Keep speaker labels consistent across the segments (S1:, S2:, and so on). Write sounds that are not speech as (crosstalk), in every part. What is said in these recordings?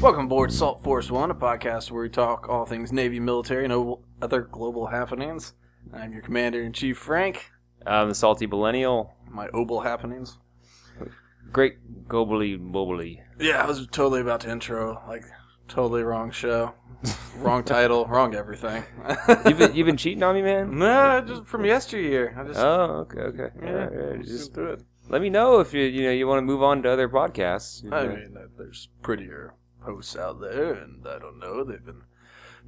S1: Welcome aboard Salt Force One, a podcast where we talk all things Navy, military, and o- other global happenings. I'm your commander in chief, Frank.
S2: I'm the salty millennial.
S1: My Obel happenings.
S2: Great gobbly bobbly.
S1: Yeah, I was totally about to intro, like totally wrong show, (laughs) wrong title, wrong everything. (laughs)
S2: You've been, you've been cheating on me, man.
S1: nah, just from yesteryear. I just
S2: Oh, okay, okay.
S1: yeah,
S2: All right, all right.
S1: just
S2: Just
S1: do it.
S2: let me know if you you know you want to move on to other podcasts.
S1: I mean, uh, there's prettier hosts out there, and I don't know. They've been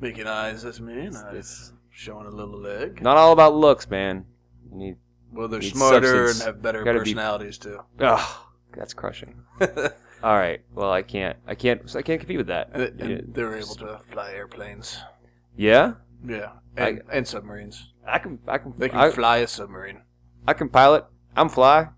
S1: making eyes at me, and I'm
S2: It's
S1: showing a little leg.
S2: not all about looks, man. You need.
S1: Well, they're
S2: Need
S1: smarter
S2: substance.
S1: and have better
S2: Gotta be-
S1: personalities
S2: Ugh,
S1: (laughs)
S2: that's crushing.
S1: too.
S2: All right. Well, I can't. I can't. I can't compete with that.
S1: (laughs) And, it- and
S2: Yeah.
S1: they're able to fly airplanes.
S2: Yeah,
S1: Yeah, and, and submarines.
S2: I can. I can.
S1: They can
S2: I,
S1: fly a submarine.
S2: I can pilot. I'm fly.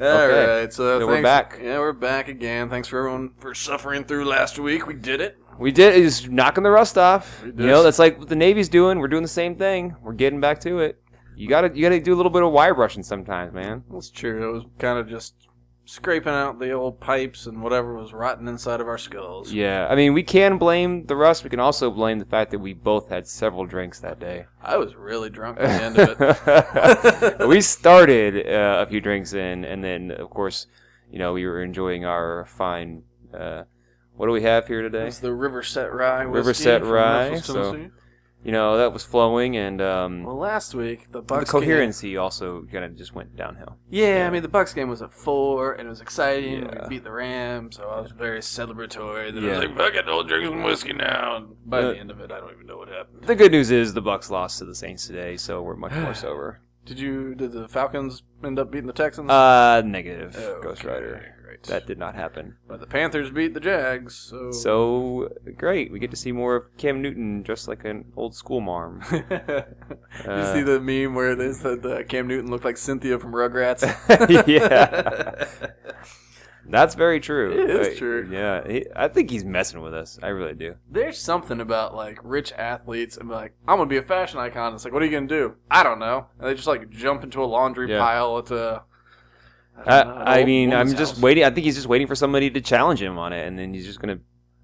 S1: All right, so
S2: Then we're
S1: thanks-
S2: back.
S1: Yeah, we're back again. Thanks for everyone for suffering through last week. We did it.
S2: We did is knocking the rust off.
S1: We did.
S2: You know, that's like what the Navy's doing. We're doing the same thing. We're getting back to it. You gotta you gotta do a little bit of wire brushing sometimes, man.
S1: That's true. It was kind of just scraping out the old pipes and whatever was rotten inside of our skulls.
S2: Yeah. I mean we can blame the rust, we can also blame the fact that we both had several drinks that day.
S1: I was really drunk at the end of it. (laughs)
S2: (laughs) we started uh, a few drinks in and then of course, you know, we were enjoying our fine uh, what do we have here today?
S1: It's the Riverset Rye whiskey
S2: Riverset
S1: from
S2: Rye,
S1: Memphis,
S2: so-
S1: Tennessee.
S2: You know, that was flowing and um,
S1: Well, last week the
S2: the
S1: Bucks game-
S2: coherency also kind of just went downhill.
S1: Yeah, I
S2: Yeah.
S1: mean the Bucks game was at four, and it was exciting.
S2: Yeah.
S1: We beat the Rams, so I was very celebratory. Then I
S2: Yeah.
S1: was like, "Fuck it, I'll drink some whiskey now." And by
S2: Uh,
S1: the end of it, I don't even know what happened.
S2: The good news is the Bucks lost to the Saints today, so we're much
S1: (sighs)
S2: more sober.
S1: Did you? Did the Falcons end up beating the Texans?
S2: Uh, negative,
S1: Okay,
S2: Ghost Rider.
S1: Great.
S2: That did not happen.
S1: but the Panthers beat the Jags, so.
S2: So great, we get to see more of Cam Newton dressed like an old school
S1: (laughs)
S2: marm.
S1: (laughs) you
S2: Uh, (laughs)
S1: see the meme where they said uh, Cam Newton looked like Cynthia from Rugrats? (laughs)
S2: (laughs) Yeah. That's very true.
S1: It is
S2: Uh,
S1: true.
S2: Yeah, he, I think he's messing with us. I really do.
S1: There's something about like rich athletes and like I'm gonna be a fashion icon. It's like, what are you gonna do? I don't know. And they just like jump into a laundry
S2: Yeah.
S1: pile at a.
S2: I,
S1: don't know, an
S2: I
S1: old
S2: mean, I'm
S1: woman's
S2: just
S1: house.
S2: waiting. I think he's just waiting for somebody to challenge him on it, and then he's just gonna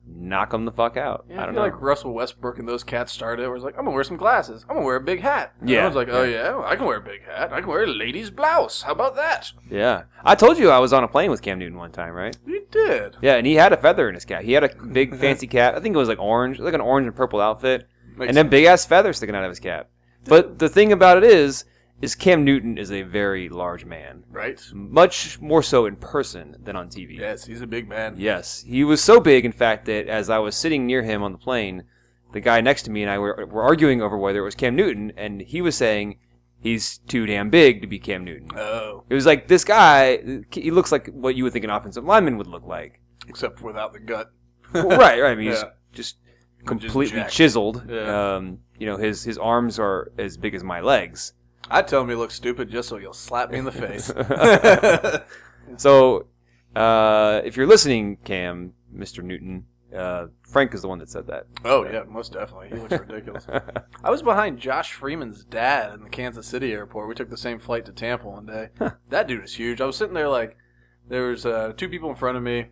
S2: knock him the fuck out.
S1: Yeah, I,
S2: I don't
S1: feel
S2: know.
S1: like Russell Westbrook and those cats started. Where it's like, I'm gonna wear some glasses. I'm gonna wear a big hat. And
S2: Yeah.
S1: I was like, oh yeah, I can wear a big hat. I can wear a lady's blouse. How about that?
S2: yeah, I told you I was on a plane with Cam Newton one time, right?
S1: You did.
S2: Yeah, and he had a feather in his cap. He had a big fancy cap. I think it was like orange, like an orange and purple outfit,
S1: Makes
S2: and then big ass feather sticking out of his cap. But the thing about it is, is Cam Newton is a very large man,
S1: right.
S2: much more so in person than on TV.
S1: Yes, he's a big man.
S2: Yes, he was so big, in fact, that as I was sitting near him on the plane, the guy next to me and I were, were arguing over whether it was Cam Newton, and he was saying he's too damn big to be Cam Newton.
S1: Oh,
S2: It was like this guy, he looks like what you would think an offensive lineman would look like.
S1: except without the gut.
S2: well, right, right. I mean, he's
S1: Yeah.
S2: just
S1: Just
S2: completely
S1: jacked.
S2: chiseled.
S1: Yeah.
S2: Um, you know, his his arms are as big as my legs.
S1: I tell him he looks stupid just so you'll slap
S2: (laughs)
S1: me in the face.
S2: So, uh, if you're listening, Cam, Mr. Newton, uh, Frank is the one that said that.
S1: oh yeah, most definitely. He looks ridiculous. I was behind Josh Freeman's dad in the Kansas City airport. We took the same flight to Tampa one day. That dude is huge. I was sitting there like there was uh, two people in front of me.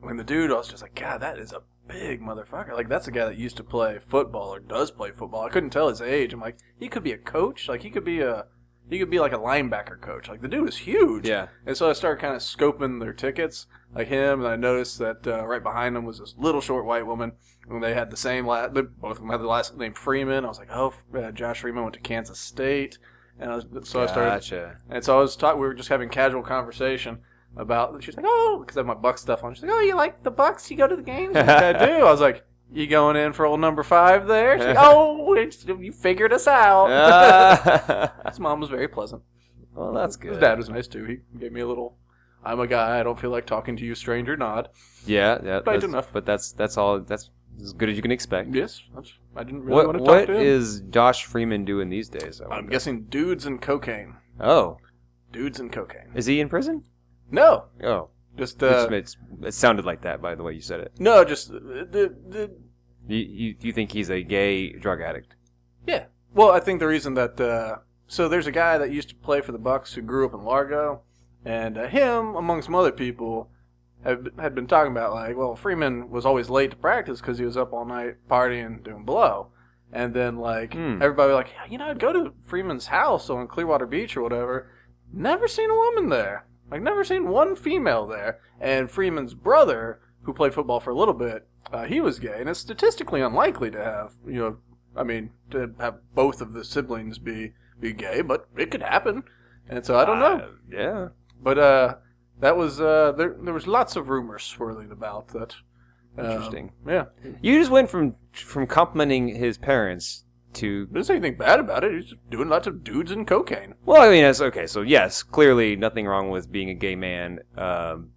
S1: When the dude, I was just like, God, that is a big motherfucker. Like that's a guy that used to play football or does play football. I couldn't tell his age. I'm like, he could be a coach. Like he could be a he could be like a linebacker coach. Like the dude is huge.
S2: yeah.
S1: And so I started kind of scoping their tickets, like him, and I noticed that uh, right behind them was this little short white woman, and they had the same last. They, both of them had the last name Freeman. I was like, oh, uh, Josh Freeman went to Kansas State, and I was, so I started.
S2: Gotcha.
S1: And so I was talking. We were just having casual conversation about. She's like, oh, because I have my Bucks stuff on. She's like, oh, you like the Bucks? You go to the games? She's like, I do. I was like. You going in for old number five there? She's like, oh, it's- you figured us
S2: Oh.
S1: out.
S2: (laughs) Ah.
S1: His mom was very pleasant.
S2: well, that's
S1: His
S2: good.
S1: dad was nice too. He gave me a little, "I'm a guy. I don't feel like talking to you, stranger." Nod.
S2: Yeah, yeah.
S1: Right
S2: that's-
S1: enough.
S2: But that's that's all. That's as good as you can expect.
S1: Yes, that's, I didn't really want
S2: What
S1: to talk
S2: what
S1: to him.
S2: is Josh Freeman doing these days? I
S1: I'm
S2: wonder?
S1: guessing dudes and cocaine.
S2: Oh,
S1: Dudes and cocaine.
S2: is he in prison?
S1: No,
S2: Oh,
S1: just
S2: Which
S1: uh,
S2: makes- it sounded like that by the way you said it.
S1: no, just the, the the
S2: You, you you think he's a gay drug addict?
S1: yeah. Well, I think the reason that uh, so there's a guy that used to play for the Bucks who grew up in Largo, and uh, him among some other people had, had been talking about like, well, Freeman was always late to practice because he was up all night partying, doing blow. And then like
S2: Hmm.
S1: everybody was like, yeah, you know, I'd go to Freeman's house on Clearwater Beach or whatever. Never seen a woman there. Like never seen one female there. And Freeman's brother, who played football for a little bit, uh, he was gay, and it's statistically unlikely to have you know, I mean, to have both of the siblings be be gay, but it could happen. And so I don't know.
S2: Uh, yeah.
S1: But uh, that was uh, there. There was lots of rumors swirling about that. Um,
S2: Interesting.
S1: yeah,
S2: You just went from from complimenting his parents to
S1: there's anything bad about it. He's just doing lots of dudes and cocaine.
S2: well, I mean, it's okay. So yes, clearly nothing wrong with being a gay man. Um,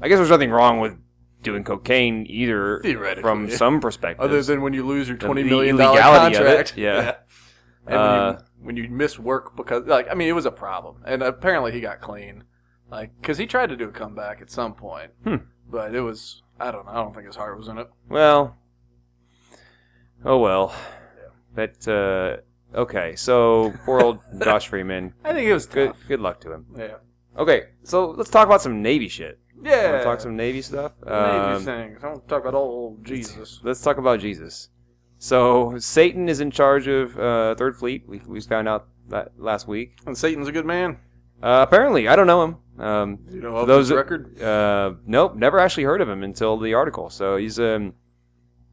S2: I guess there's nothing wrong with doing cocaine either,
S1: Theoretically,
S2: from
S1: yeah.
S2: some perspective.
S1: Other than when you lose your
S2: The
S1: twenty million dollar
S2: illegality of it,
S1: contract.
S2: yeah.
S1: And
S2: Uh,
S1: when, you, when you miss work because, like, I mean, it was a problem, and apparently he got clean, like, because he tried to do a comeback at some point,
S2: Hmm.
S1: but it was. I don't know. I don't think his heart was in it.
S2: Well, oh well. But uh, okay, so
S1: (laughs)
S2: poor old Josh Freeman.
S1: I think it was
S2: Good,
S1: tough.
S2: good luck to him.
S1: Yeah.
S2: Okay, so let's talk about some Navy shit.
S1: Yeah.
S2: Wanna talk some Navy stuff.
S1: Navy
S2: Um,
S1: things. I don't talk about old Jesus.
S2: Let's talk about Jesus. So Satan is in charge of uh, Third Fleet. We, we found out that last week.
S1: And Satan's a good man.
S2: Uh, apparently, I don't know him. Um,
S1: You know, of his
S2: Those that-
S1: record.
S2: uh, nope, never actually heard of him until the article. So he's um,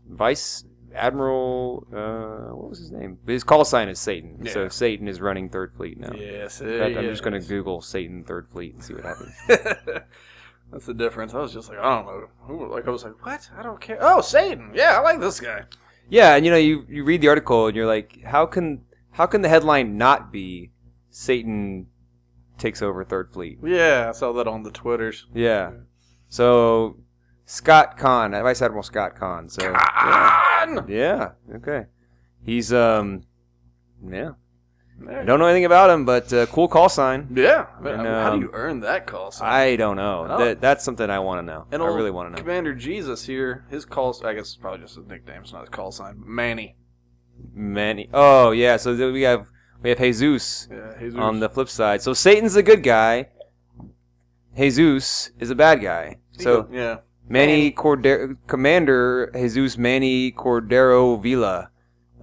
S2: Vice Admiral. Uh, what was his name? His call sign is Satan.
S1: Yeah.
S2: So Satan is running Third Fleet now.
S1: Yes,
S2: In fact, I'm
S1: (laughs)
S2: just going to Google Satan Third Fleet and see what happens.
S1: That's the difference. I was just like, I don't know. Who- Like I was like, what? I don't care. Oh, Satan. Yeah, I like this guy.
S2: yeah, and you know, you, you read the article and you're like, how can how can the headline not be Satan takes over Third Fleet?
S1: Yeah, I saw that on the Twitters.
S2: Yeah. So Scott Kahn, Vice Admiral Scott Kahn. So
S1: Con!
S2: yeah, okay. He's um, yeah. I
S1: There.
S2: don't know anything about him, but uh, cool call sign.
S1: Yeah. I mean,
S2: And,
S1: how
S2: um,
S1: do you earn that call sign?
S2: I don't know.
S1: Oh.
S2: That, that's something I want to know.
S1: And
S2: I
S1: old
S2: really want to know.
S1: Commander Jesus here, his call I guess it's probably just his nickname. It's not his call sign. but Manny.
S2: Many. Oh yeah. So then we have we have Jesus
S1: Yeah, Jesus.
S2: on the flip side. So Satan's a good guy. Jesus is a bad guy. So
S1: yeah.
S2: Manny Cordero, Commander Jesus Manny Cordero Villa,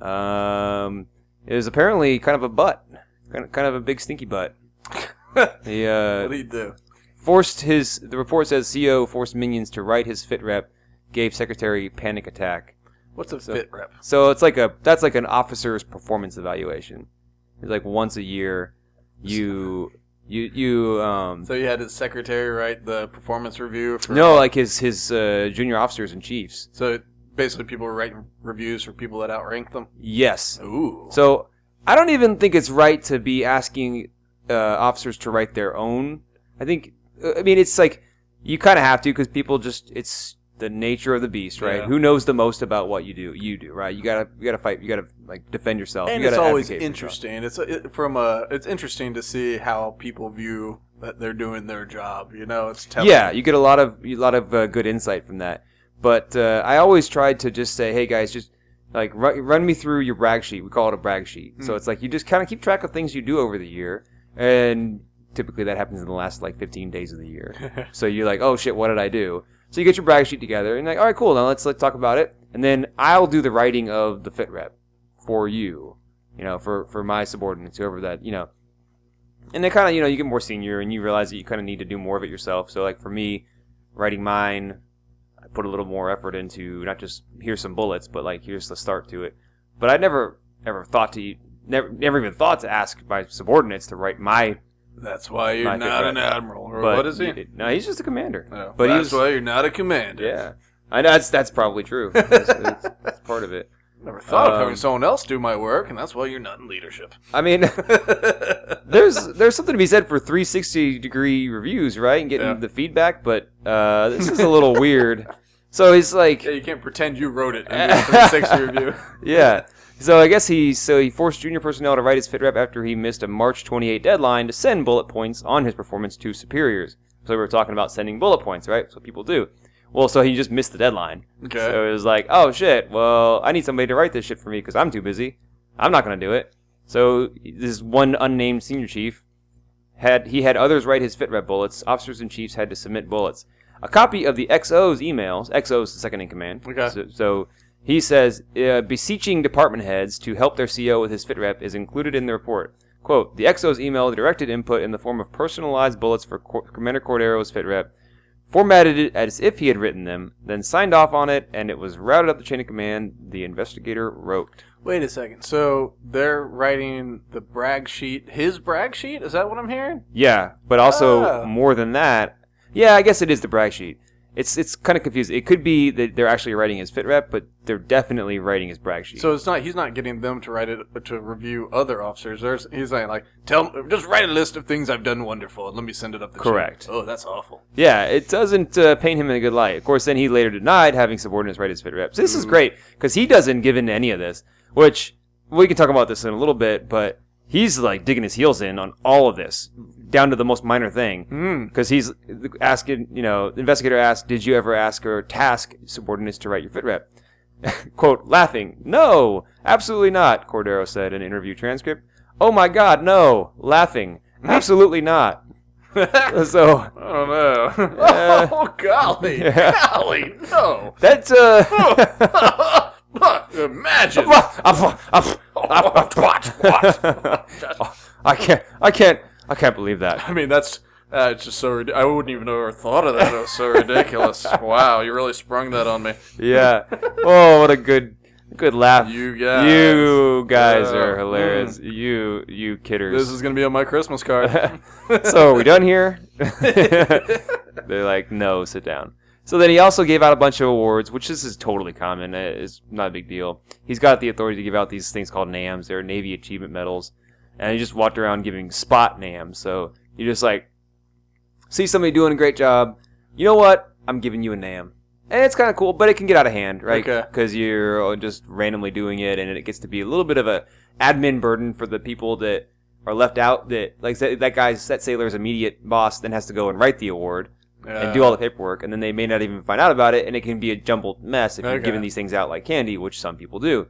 S2: um, is apparently kind of a butt, kind of, kind of a big stinky butt. he
S1: What
S2: uh,
S1: do you do?
S2: forced his. The report says CO forced minions to write his fit rep, gave secretary panic attack.
S1: What's a
S2: So-
S1: fit rep?
S2: So it's like a that's like an officer's performance evaluation. It's like once a year, you you you um.
S1: So you had his secretary write the performance review for
S2: No, like his his uh, junior officers and chiefs.
S1: So basically, people were writing reviews for people that outrank them.
S2: Yes,
S1: Ooh.
S2: So I don't even think it's right to be asking uh, officers to write their own. I think uh, I mean it's like you kind of have to because people just it's the nature of the beast, right?
S1: Yeah.
S2: Who knows the most about what you do? You do, right? You gotta you gotta fight. You gotta like defend yourself.
S1: and
S2: you
S1: it's
S2: gotta
S1: always
S2: advocate for
S1: interesting. It's it, from a. It's interesting to see how people view that they're doing their job. You know, it's
S2: yourself.
S1: telling.
S2: Yeah, you get a lot of a lot of uh, good insight from that. But uh, I always tried to just say, hey guys, just like run, run me through your brag sheet. We call it a brag sheet. So
S1: Mm.
S2: it's like you just kind of keep track of things you do over the year, and typically that happens in the last like 15 days of the year. So you're like, oh shit, what did I do? So you get your brag sheet together and you're like, all right, cool. Now let's let's talk about it. And then I'll do the writing of the fit rep for you, you know, for for my subordinates, whoever that, you know. And then kind of, you know, you get more senior and you realize that you kind of need to do more of it yourself. So like for me, writing mine, I put a little more effort into not just here's some bullets, but like here's the start to it. But I never ever thought to never never even thought to ask my subordinates to write my.
S1: that's why you're
S2: Like it,
S1: not
S2: right.
S1: an admiral. Or
S2: but
S1: what is he?
S2: No, he's just a commander.
S1: No,
S2: but he
S1: that's
S2: was-
S1: why you're not a commander.
S2: Yeah, I know that's that's probably true. That's, that's- that's part of it.
S1: Never thought of
S2: Um,
S1: having someone else do my work, and that's why you're not in leadership. (laughs)
S2: I mean, (laughs) there's there's something to be said for 360 degree reviews, right, and getting
S1: Yeah.
S2: the feedback. But uh, this is a little (laughs) weird. So he's like,
S1: yeah, you can't pretend you wrote it and
S2: (laughs)
S1: do a 360 review.
S2: yeah. So I guess he so he forced junior personnel to write his fit rep after he missed a March 28 deadline to send bullet points on his performance to superiors. So we were talking about sending bullet points, right? That's what people do. Well, so he just missed the deadline.
S1: Okay.
S2: So it was like, oh shit. Well, I need somebody to write this shit for me because I'm too busy. I'm not gonna do it. So this one unnamed senior chief had he had others write his fit rep bullets. Officers and chiefs had to submit bullets. a copy of the XO's emails. XO's the second in command.
S1: Okay.
S2: So, so he says, uh, beseeching department heads to help their CO with his fit rep is included in the report. Quote, the XO's email directed input in the form of personalized bullets for Cor- Commander Cordero's fit rep, formatted it as if he had written them, then signed off on it, and it was routed up the chain of command, the investigator wrote.
S1: Wait a second. So they're writing the brag sheet, his brag sheet? Is that what I'm hearing?
S2: Yeah, but also
S1: Oh.
S2: more than that. Yeah, I guess it is the brag sheet. It's it's kind of confusing. It could be that they're actually writing his fit rep, but they're definitely writing his brag sheet.
S1: So it's not he's not getting them to write it to review other officers. There's he's saying like tell just write a list of things I've done wonderful and let me send it up the chain.
S2: Correct.
S1: Oh, that's awful.
S2: yeah, it doesn't uh, paint him in a good light. Of course, then he later denied having subordinates write his fit rep. So this is great because he doesn't give in to any of this. Which we can talk about this in a little bit, but he's like digging his heels in on all of this, down to the most minor thing.
S1: Hmm.
S2: because he's uh, asking, you know, the investigator asked, did you ever ask or task subordinates to write your fit rep? (laughs) Quote, laughing, no, absolutely not, Cordero said in an interview transcript. Oh my God, no, laughing, absolutely not. (laughs) so
S1: I don't
S2: (laughs)
S1: know.
S2: Yeah.
S1: (laughs) oh golly,
S2: Oh, Yeah.
S1: golly, no.
S2: that's uh. (laughs)
S1: Imagine.
S2: (laughs) I can't, I can't, I can't believe that.
S1: I mean, that's uh, it's just so. rid- I wouldn't even have ever thought of that. It was so
S2: (laughs)
S1: ridiculous. wow, you really sprung that on me.
S2: Yeah. Oh, what a good good laugh.
S1: You guys.
S2: You guys
S1: Yeah. Mm.
S2: are hilarious. You you kidders.
S1: This is gonna be on my Christmas
S2: (laughs)
S1: card.
S2: so are we
S1: (laughs)
S2: done here? They're like, no, sit down. So then he also gave out a bunch of awards, which this is totally common. uh, It's not a big deal. He's got the authority to give out these things called NAMs. They're Navy Achievement Medals, and he just walked around giving spot NAMs. So you just like see somebody doing a great job. You know what? I'm giving you a NAM, and it's kind of cool, but it can get out of hand, right?
S1: Okay.
S2: Because you're just randomly doing it, and it gets to be a little bit of a admin burden for the people that are left out that like that, that guy's that sailor's immediate boss then has to go and write the award and
S1: Uh.
S2: do all the paperwork and then they may not even find out about it and it can be a jumbled mess if you're
S1: Okay.
S2: giving these things out like candy which some people do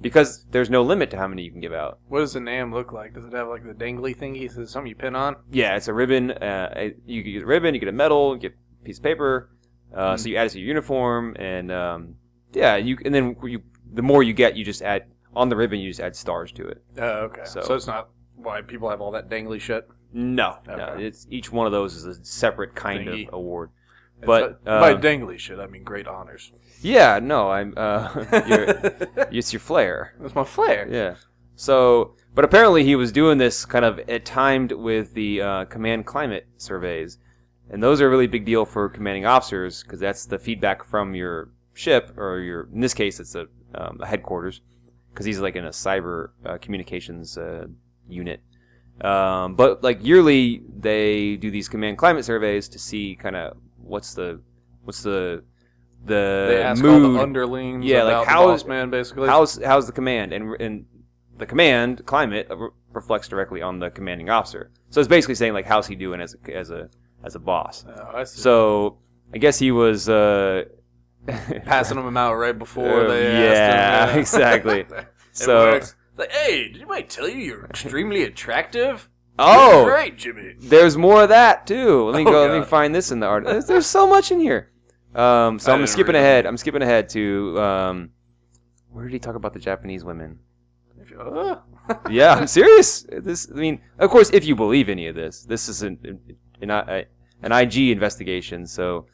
S2: because there's no limit to how many you can give out
S1: What does the name look like? Does it have like the dangly thingies? Is it something you pin on?
S2: yeah it's a ribbon uh, it- you get a ribbon you get a medal you get a piece of paper uh,
S1: Hmm.
S2: so you add it to your uniform and um, yeah you and then you the more you get you just add on the ribbon you just add stars to it
S1: Oh, okay.
S2: So-
S1: So, it's not why people have all that dangly shit.
S2: no, no
S1: Okay.
S2: it's each one of those is a separate kind
S1: Thingy.
S2: of award
S1: It's
S2: But,
S1: not- by
S2: uh,
S1: dangly shit, I mean great
S2: (laughs)
S1: honors.
S2: Yeah, no, I'm. Uh, (laughs) your,
S1: That's
S2: it's your flair.
S1: my flair.
S2: Yeah. So, but apparently he was doing this kind of at timed with the uh, command climate surveys, and those are a really big deal for commanding officers because that's the feedback from your ship or your. In this case, it's a, um, a headquarters because he's like in a cyber uh, communications uh, unit. Um, but like yearly, they do these command climate surveys to see kind of what's the what's the the
S1: They ask all
S2: mood
S1: the underlings
S2: Yeah, like,
S1: about
S2: how-
S1: the boss man, basically.
S2: how's how's the command and and the command climate re- reflects directly on the commanding officer. So it's basically saying like how's he doing as a, as a as a boss.
S1: Oh, I see.
S2: So I guess he was uh,
S1: Passing them out right before
S2: Uh,
S1: they
S2: yeah,
S1: asked him,
S2: exactly.
S1: (laughs) It
S2: so
S1: works. Like, hey, did anybody tell you you're extremely attractive? You're
S2: oh
S1: great, Jimmy.
S2: there's more of that too. Let me
S1: Oh,
S2: go. Let me
S1: God.
S2: find this in the art. There's, there's so much in here. Um, so
S1: I
S2: I'm
S1: didn't
S2: skipping
S1: read
S2: ahead. I'm skipping ahead to um, where did he talk about the Japanese women?
S1: If you- uh,
S2: yeah, I'm serious. This, I mean, of course, if you believe any of this, this is an an, I- an IG investigation. So,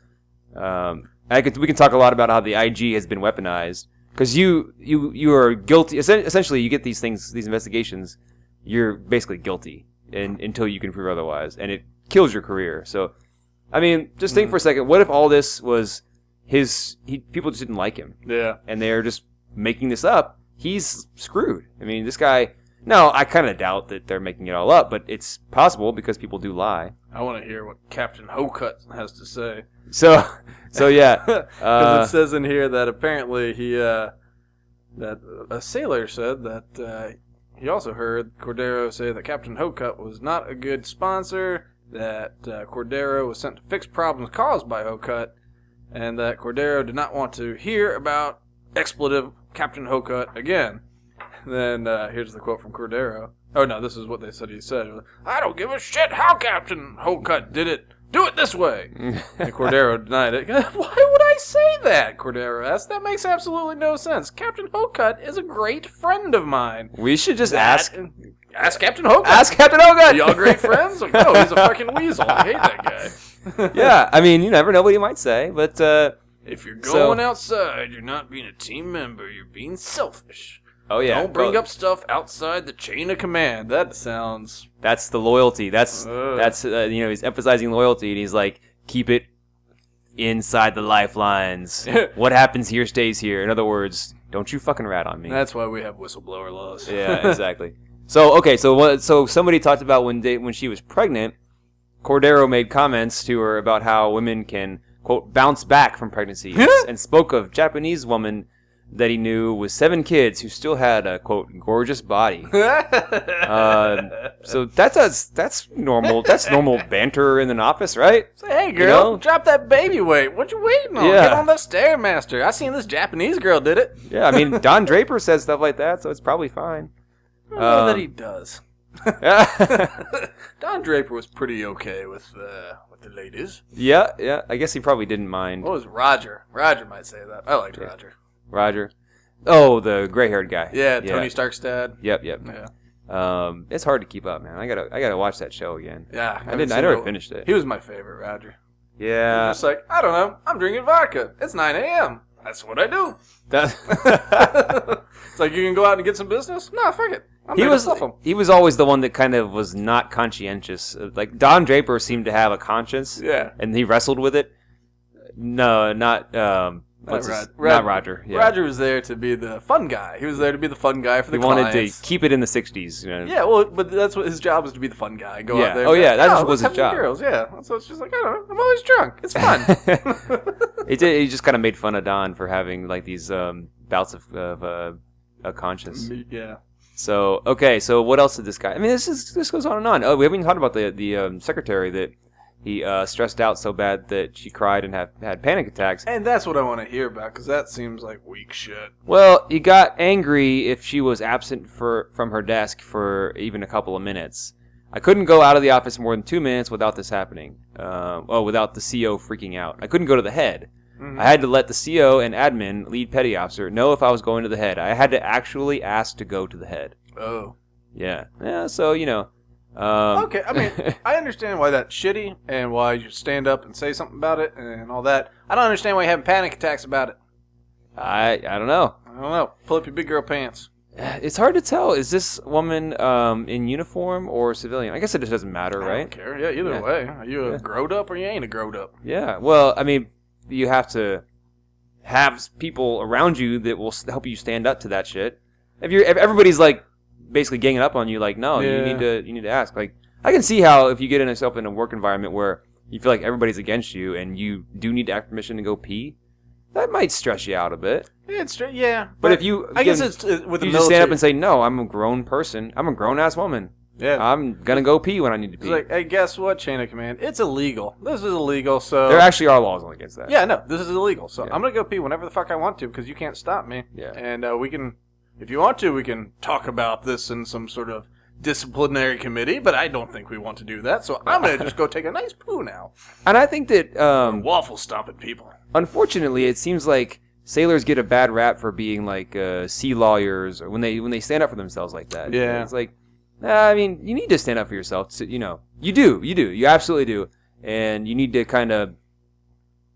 S2: um, I could, we can talk a lot about how the IG has been weaponized because you you you are guilty. essen- Essentially, you get these things, these investigations. You're basically guilty, and until you can prove otherwise, and it kills your career. So, I mean, just think for a second. What if all this was his? He, people just didn't like him
S1: yeah.
S2: and they're just making this up, he's screwed. I mean, this guy. No, I kind of doubt that they're making it all up, but it's possible because people do lie.
S1: I want to hear what Captain Hokut has to say.
S2: So, (laughs)
S1: (laughs)
S2: so yeah.
S1: Because
S2: Uh,
S1: it says in here that apparently he, uh, that a sailor said that uh, he also heard Cordero say that Captain Hokut was not a good sponsor, that uh, Cordero was sent to fix problems caused by Hokut, and that Cordero did not want to hear about expletive Captain Hokut again. Then uh, here's the quote from Cordero. Oh no, this is what they said he said. I don't give a shit how Captain Hokut did it. do it this way. And
S2: (laughs)
S1: Cordero denied it. (laughs) Why would I say that? Cordero asked. That makes absolutely no sense. Captain Hokut is a great friend of mine.
S2: we should
S1: (laughs)
S2: just
S1: That-
S2: ask
S1: Ask Captain Hokut.
S2: ask Captain Ogun.
S1: Are y'all great friends? Like, no, he's a fucking weasel. I hate that guy.
S2: (laughs) yeah, I mean, you never know what he might say, but uh,
S1: If you're
S2: So-
S1: going outside, you're not being a team member. You're being selfish.
S2: oh yeah,
S1: Don't bring
S2: well,
S1: up stuff outside the chain of command. That sounds.
S2: That's the loyalty. That's
S1: Ugh.
S2: that's uh, you know he's emphasizing loyalty, and he's like, keep it inside
S1: (laughs)
S2: the lifelines. what happens here stays here. In other words, don't you fucking rat on me.
S1: That's why we have whistleblower laws.
S2: yeah, exactly. So okay, so what- so somebody talked about when they, when she was pregnant, Cordero made comments to her about how women can quote bounce back from pregnancies, and spoke of Japanese woman that he knew with seven kids who still had a quote gorgeous body.
S1: (laughs)
S2: Um, so that's a, that's normal. That's normal banter in an office, right?
S1: Say, hey, girl,
S2: know?
S1: drop that baby weight. What you waiting on?
S2: Yeah.
S1: Get on that Stairmaster. I seen this Japanese girl did it.
S2: Yeah, I mean Don Draper says stuff like that, so it's probably fine. (laughs)
S1: I don't know
S2: Um,
S1: that he does.
S2: yeah,
S1: (laughs) Don Draper was pretty okay with uh, with the ladies.
S2: yeah. I guess he probably didn't mind
S1: What was Roger? Roger might say that. I liked Roger.
S2: Roger. Oh, the gray-haired guy.
S1: Yeah, Tony Stark's dad.
S2: Yep, yep.
S1: Yeah,
S2: Um, it's hard to keep up, man. I gotta, I gotta watch that show again.
S1: yeah.
S2: I
S1: haven't
S2: didn't, I
S1: seen
S2: never
S1: it.
S2: finished it.
S1: He was my favorite, Roger. He (laughs)
S2: Yeah,
S1: was just like, I don't know. I'm drinking vodka. It's 9 a.m. That's what I do. (laughs)
S2: (laughs) that.
S1: It's like you can go out and get some business. No, fuck it. I'm
S2: he
S1: there
S2: was,
S1: to stuff 'em.
S2: he was always the one that kind of was not conscientious. Like Don Draper seemed to have a conscience.
S1: Yeah.
S2: and he wrestled with it. No, not um,
S1: Not
S2: what's his-
S1: Rod-
S2: not
S1: Rod-
S2: Roger. Yeah.
S1: Roger was there to be the fun guy. He was there to be the fun guy for
S2: he
S1: the
S2: wanted
S1: clients.
S2: to keep it in the '60s. You know?
S1: Yeah, well, but that's what his job was to be the fun guy. Go
S2: Yeah.
S1: out there. and
S2: Oh,
S1: be
S2: yeah,
S1: like,
S2: that just
S1: "Oh,
S2: was
S1: let's
S2: his
S1: have some
S2: job."
S1: Girls, yeah. So it's just like I don't know. I'm always drunk. It's
S2: (laughs)
S1: fun.
S2: it did. He just kind of made fun of Don for having like these um, bouts of, of uh, a conscience.
S1: yeah.
S2: So okay, so what else did this guy? I mean, this is this goes on and on. Oh, we haven't even talked about the the um, secretary that he uh, stressed out so bad that she cried and had had panic attacks.
S1: And that's what I want to hear about because that seems like weak shit.
S2: Well, he got angry if she was absent for, from her desk for even a couple of minutes. I couldn't go out of the office more than two minutes without this happening. Uh, oh, without the CO freaking out. I couldn't go to the head.
S1: Mhm.
S2: I had to let the CO and admin, lead petty officer, know if I was going to the head. I had to actually ask to go to the head.
S1: Oh.
S2: Yeah. Yeah, so, you know. Um,
S1: Okay, I
S2: (laughs)
S1: mean- I understand why that's shitty and why you stand up and say something about it and all that. I don't understand why you're having panic attacks about it.
S2: (laughs) I, I don't know.
S1: I don't know. Pull up your big girl pants.
S2: It's hard to tell. Is this woman um, in uniform or civilian? I guess it just doesn't matter,
S1: I
S2: right?
S1: don't care. Yeah, either
S2: Yeah.
S1: way. Are you a
S2: Yeah.
S1: growed up or you ain't a growed up?
S2: Yeah. Well, I mean, you have to have s- people around you that will s- help you stand up to that shit. If you're, if everybody's like basically ganging up on you, like, no, you
S1: Yeah.
S2: need to, you need to ask. Like, I can see how if you get in yourself in a work environment where you feel like everybody's against you and you do need to ask permission to go pee, that might stress you out a bit.
S1: Yeah, it's true. Yeah.
S2: But if you,
S1: I guess
S2: again,
S1: it's uh, with the
S2: you just stand up
S1: military-
S2: and say, no, I'm a grown person. I'm a grown ass woman.
S1: yeah.
S2: I'm gonna go pee when I need to
S1: It's
S2: pee.
S1: like, hey, guess what? Chain of command. It's illegal. This is illegal. So
S2: there actually are laws against that.
S1: uh, yeah, no, this is illegal. So
S2: Yeah.
S1: I'm gonna go pee whenever the fuck I want to because you can't stop me.
S2: Yeah.
S1: And uh, we can, if you want to, we can talk about this in some sort of disciplinary committee. But I don't think we want to do that. So I'm gonna just go take a nice poo
S2: (laughs)
S1: now.
S2: And I think that um,
S1: Waffle stomping people.
S2: unfortunately, it seems like sailors get a bad rap for being like uh, sea lawyers or when they when they stand up for themselves like that.
S1: Yeah.
S2: it's like, nah, I mean, you need to stand up for yourself. So, you know, you do, you do, you absolutely do, and you need to kind of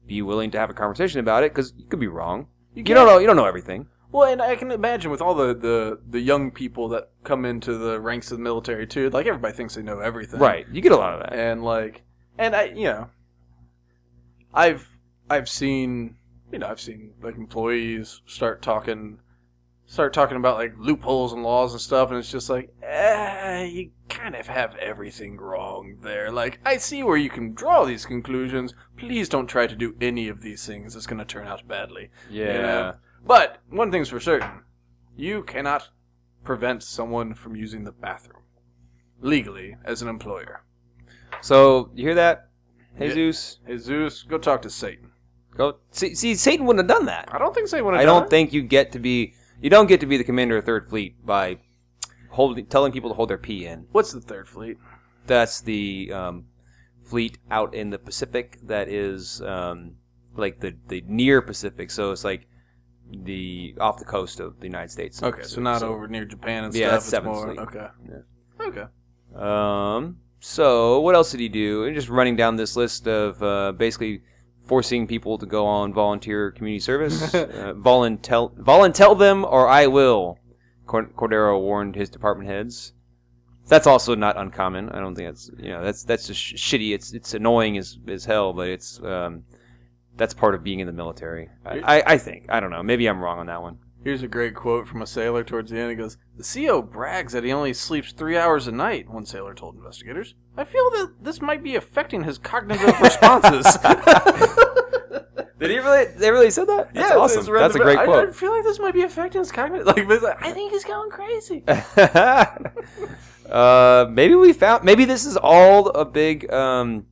S2: be willing to have a conversation about it because you could be wrong. You,
S1: can.
S2: don't know, you don't know everything.
S1: Well, and I can imagine with all the, the the young people that come into the ranks of the military too. Like everybody thinks they know everything.
S2: Right, you get a lot of that.
S1: and like and i you know i've i've seen you know i've seen like employees start talking start talking about like loopholes and laws and stuff and it's just like eh, you kind of have everything wrong there like i see where you can draw these conclusions please don't try to do any of these things it's going to turn out badly
S2: Yeah,
S1: Yeah. but one thing's for certain you cannot prevent someone from using the bathroom legally as an employer
S2: so you hear that,
S1: Yeah.
S2: Jesus?
S1: Hey Zeus, go talk to Satan.
S2: Go see, see. Satan wouldn't have done that.
S1: I don't think Satan would have
S2: I
S1: done
S2: don't
S1: it.
S2: think you get to be you don't get to be the commander of third fleet by holding telling people to hold their pee in.
S1: What's the third fleet?
S2: That's the um, fleet out in the Pacific that is um, like the the near Pacific. So it's like the off the coast of the United States.
S1: Okay, so not over near Japan and
S2: Yeah,
S1: stuff.
S2: that's
S1: it's
S2: Seventh
S1: more,
S2: Fleet.
S1: Okay. Okay.
S2: Um, so what else did he do? And just running down this list of uh, basically forcing people to go on volunteer community (laughs) service. uh, voluntel, voluntel them or I will. Cord- Cordero warned his department heads. That's also not uncommon. I don't think that's you know that's that's just sh- shitty. It's it's annoying as as hell, but it's um, that's part of being in the military. I, I I think I don't know. Maybe I'm wrong on that one.
S1: Here's a great quote from a sailor towards the end. He goes, The CO brags that he only sleeps three hours a night, one sailor told investigators. I feel that this might be affecting his
S2: (laughs)
S1: cognitive responses.
S2: Did he really? They really said that? That's
S1: it's-
S2: awesome.
S1: it's read
S2: That's a
S1: the-
S2: great
S1: I-
S2: quote.
S1: I, feel like this might be affecting his cognitive. Like, it's like, I think he's going crazy.
S2: (laughs) uh, maybe we found. Maybe this is all a big um,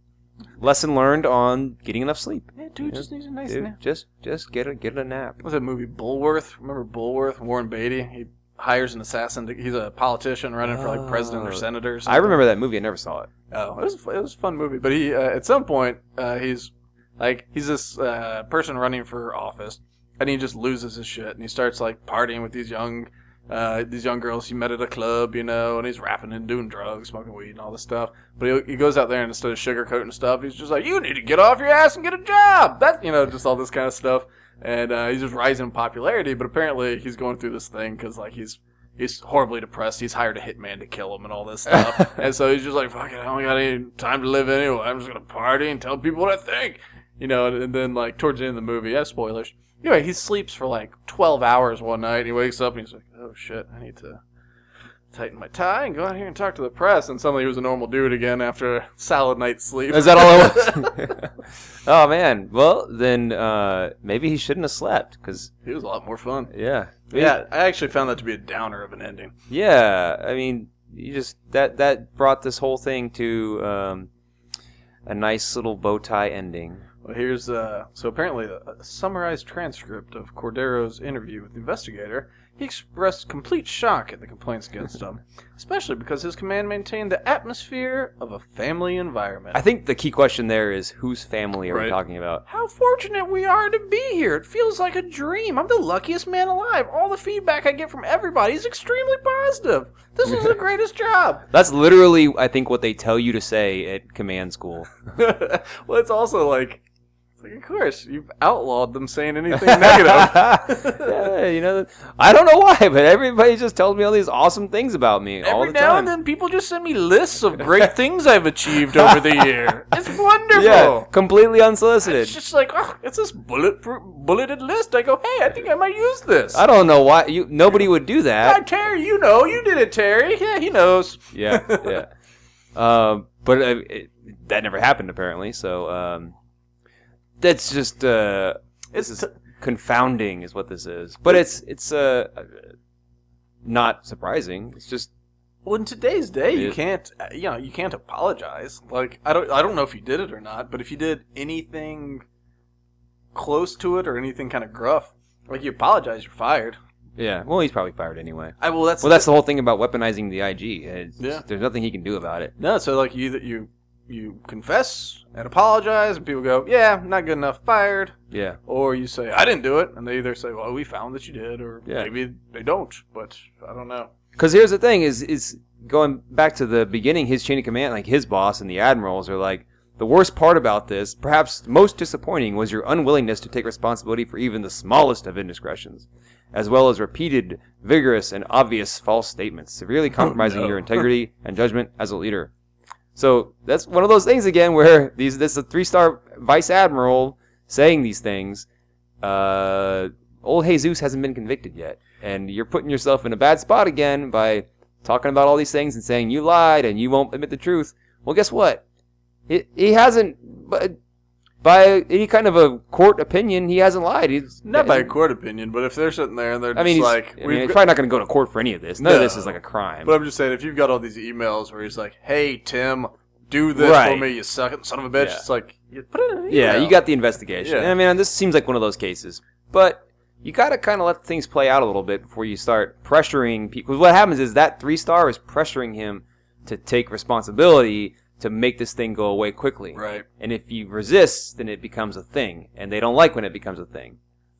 S2: lesson learned on getting enough sleep.
S1: Yeah, dude
S2: Yeah,
S1: just needs a nice
S2: Dude,
S1: nap.
S2: Just, just get a get a nap.
S1: What was that movie Bullworth? Remember Bullworth? Warren Beatty. He hires an assassin. To, he's a politician running for like president or
S2: Oh.
S1: senator. Or
S2: I
S1: something.
S2: remember that movie. I never saw it.
S1: Oh, it was it was a fun movie. But he uh, at some point uh, he's like he's this uh, person running for office, and he just loses his shit, and he starts like partying with these young uh, these young girls he met at a club, you know, and he's rapping and doing drugs, smoking weed, and all this stuff. But he, he goes out there and instead of sugarcoating stuff, he's just like, "You need to get off your ass and get a job." That you know, just all this kind of stuff. And uh, he's just rising in popularity, but apparently he's going through this thing because like he's he's horribly depressed. He's hired a hitman to kill him and all this (laughs) stuff. and so he's just like, fuck it, I don't got any time to live anyway. I'm just gonna party and tell people what I think. You know, and, and then like towards the end of the movie, yeah, spoilers. Anyway, he sleeps for like twelve hours one night and he wakes up and he's like, Oh shit, I need to tighten my tie and go out here and talk to the press and suddenly he was a normal dude again after a solid night's sleep.
S2: Is that all it was? (laughs) oh man. Well, then uh, maybe he shouldn't have slept. Cause
S1: (laughs) he was a lot more fun.
S2: yeah,
S1: Yeah, I actually found that to be a downer of an ending.
S2: Yeah, I mean, you just that that brought this whole thing to um, a nice little bow tie ending.
S1: Well, here's uh, so apparently a, a summarized transcript of Cordero's interview with the investigator. He expressed complete shock at the complaints against him, especially because his command maintained the atmosphere of a family environment.
S2: I think the key question there is whose family are
S1: Right.
S2: we talking about?
S1: How fortunate we are to be here! It feels like a dream. I'm the luckiest man alive. All the feedback I get from everybody is extremely positive. This is the greatest job. (laughs)
S2: That's literally, I think, what they tell you to say at command school.
S1: well, it's also like, it's like, of course, you've outlawed them saying anything (laughs)
S2: (laughs)
S1: negative.
S2: yeah, you know, I don't know why, but everybody just tells me all these awesome things about me all
S1: Every
S2: the
S1: now
S2: time.
S1: and then, people just send me lists of
S2: (laughs)
S1: great things I've achieved over the year. It's wonderful.
S2: yeah, completely unsolicited.
S1: It's just like, oh, it's this bullet bulleted list. I go, hey, I think I might use this.
S2: I don't know why you. Nobody would do that.
S1: (laughs) Ah, Terry, you know, you did it, Terry. Yeah, he knows.
S2: yeah, yeah. Um, but uh, it, that never happened apparently. So um, that's just uh, this
S1: It's
S2: is confounding, is what this is. But it's it's uh, not surprising. It's just
S1: Well, in today's day, you
S2: It-
S1: can't, uh, you know, you can't apologize. Like, I don't, I don't know if you did it or not, but if you did anything close to it or anything kind of gruff, like you apologize, you're fired.
S2: yeah. Well, he's probably fired anyway.
S1: I well, that's
S2: Well, that's the whole thing about weaponizing the IG. It's-
S1: Yeah.
S2: There's nothing he can do about it.
S1: No, so like you you you confess and apologize, and people go, "Yeah, not good enough, fired,"
S2: Yeah.
S1: or you say, "I didn't do it," and they either say, "Well, we found that you did," or
S2: Yeah.
S1: maybe they don't, but I don't know.
S2: Because here's the thing: is is going back to the beginning. His chain of command, like his boss and the admirals, are like the worst part about this. Perhaps most disappointing was your unwillingness to take responsibility for even the smallest of indiscretions, as well as repeated, vigorous, and obvious false statements, severely compromising
S1: no.
S2: your integrity and judgment as a leader. So that's one of those things again where these this is a three star vice admiral saying these things. Uh, old Jesus hasn't been convicted yet, and you're putting yourself in a bad spot again by talking about all these things and saying you lied and you won't admit the truth. Well, guess what? He, he hasn't by, by any kind of a court opinion. He hasn't lied. He's
S1: Not by a court opinion, but if they're sitting there and they're just
S2: I mean, he's,
S1: like,
S2: I mean,
S1: we've
S2: he's
S1: got-
S2: probably not going to go to court for any of this. None of this
S1: No.
S2: is like a crime.
S1: but I'm just saying, if you've got all these emails where he's like, "Hey, Tim, do this for
S2: Right.
S1: me, you suck son of a bitch,"
S2: Yeah.
S1: it's like, you put it in an
S2: Yeah,
S1: email.
S2: you got the investigation.
S1: Yeah.
S2: I mean, this seems like one of those cases, but you got to kind of let things play out a little bit before you start pressuring people. What happens is that three star is pressuring him to take responsibility to make this thing go away quickly.
S1: Right.
S2: And if you resist, then it becomes a thing, and they don't like when it becomes a thing.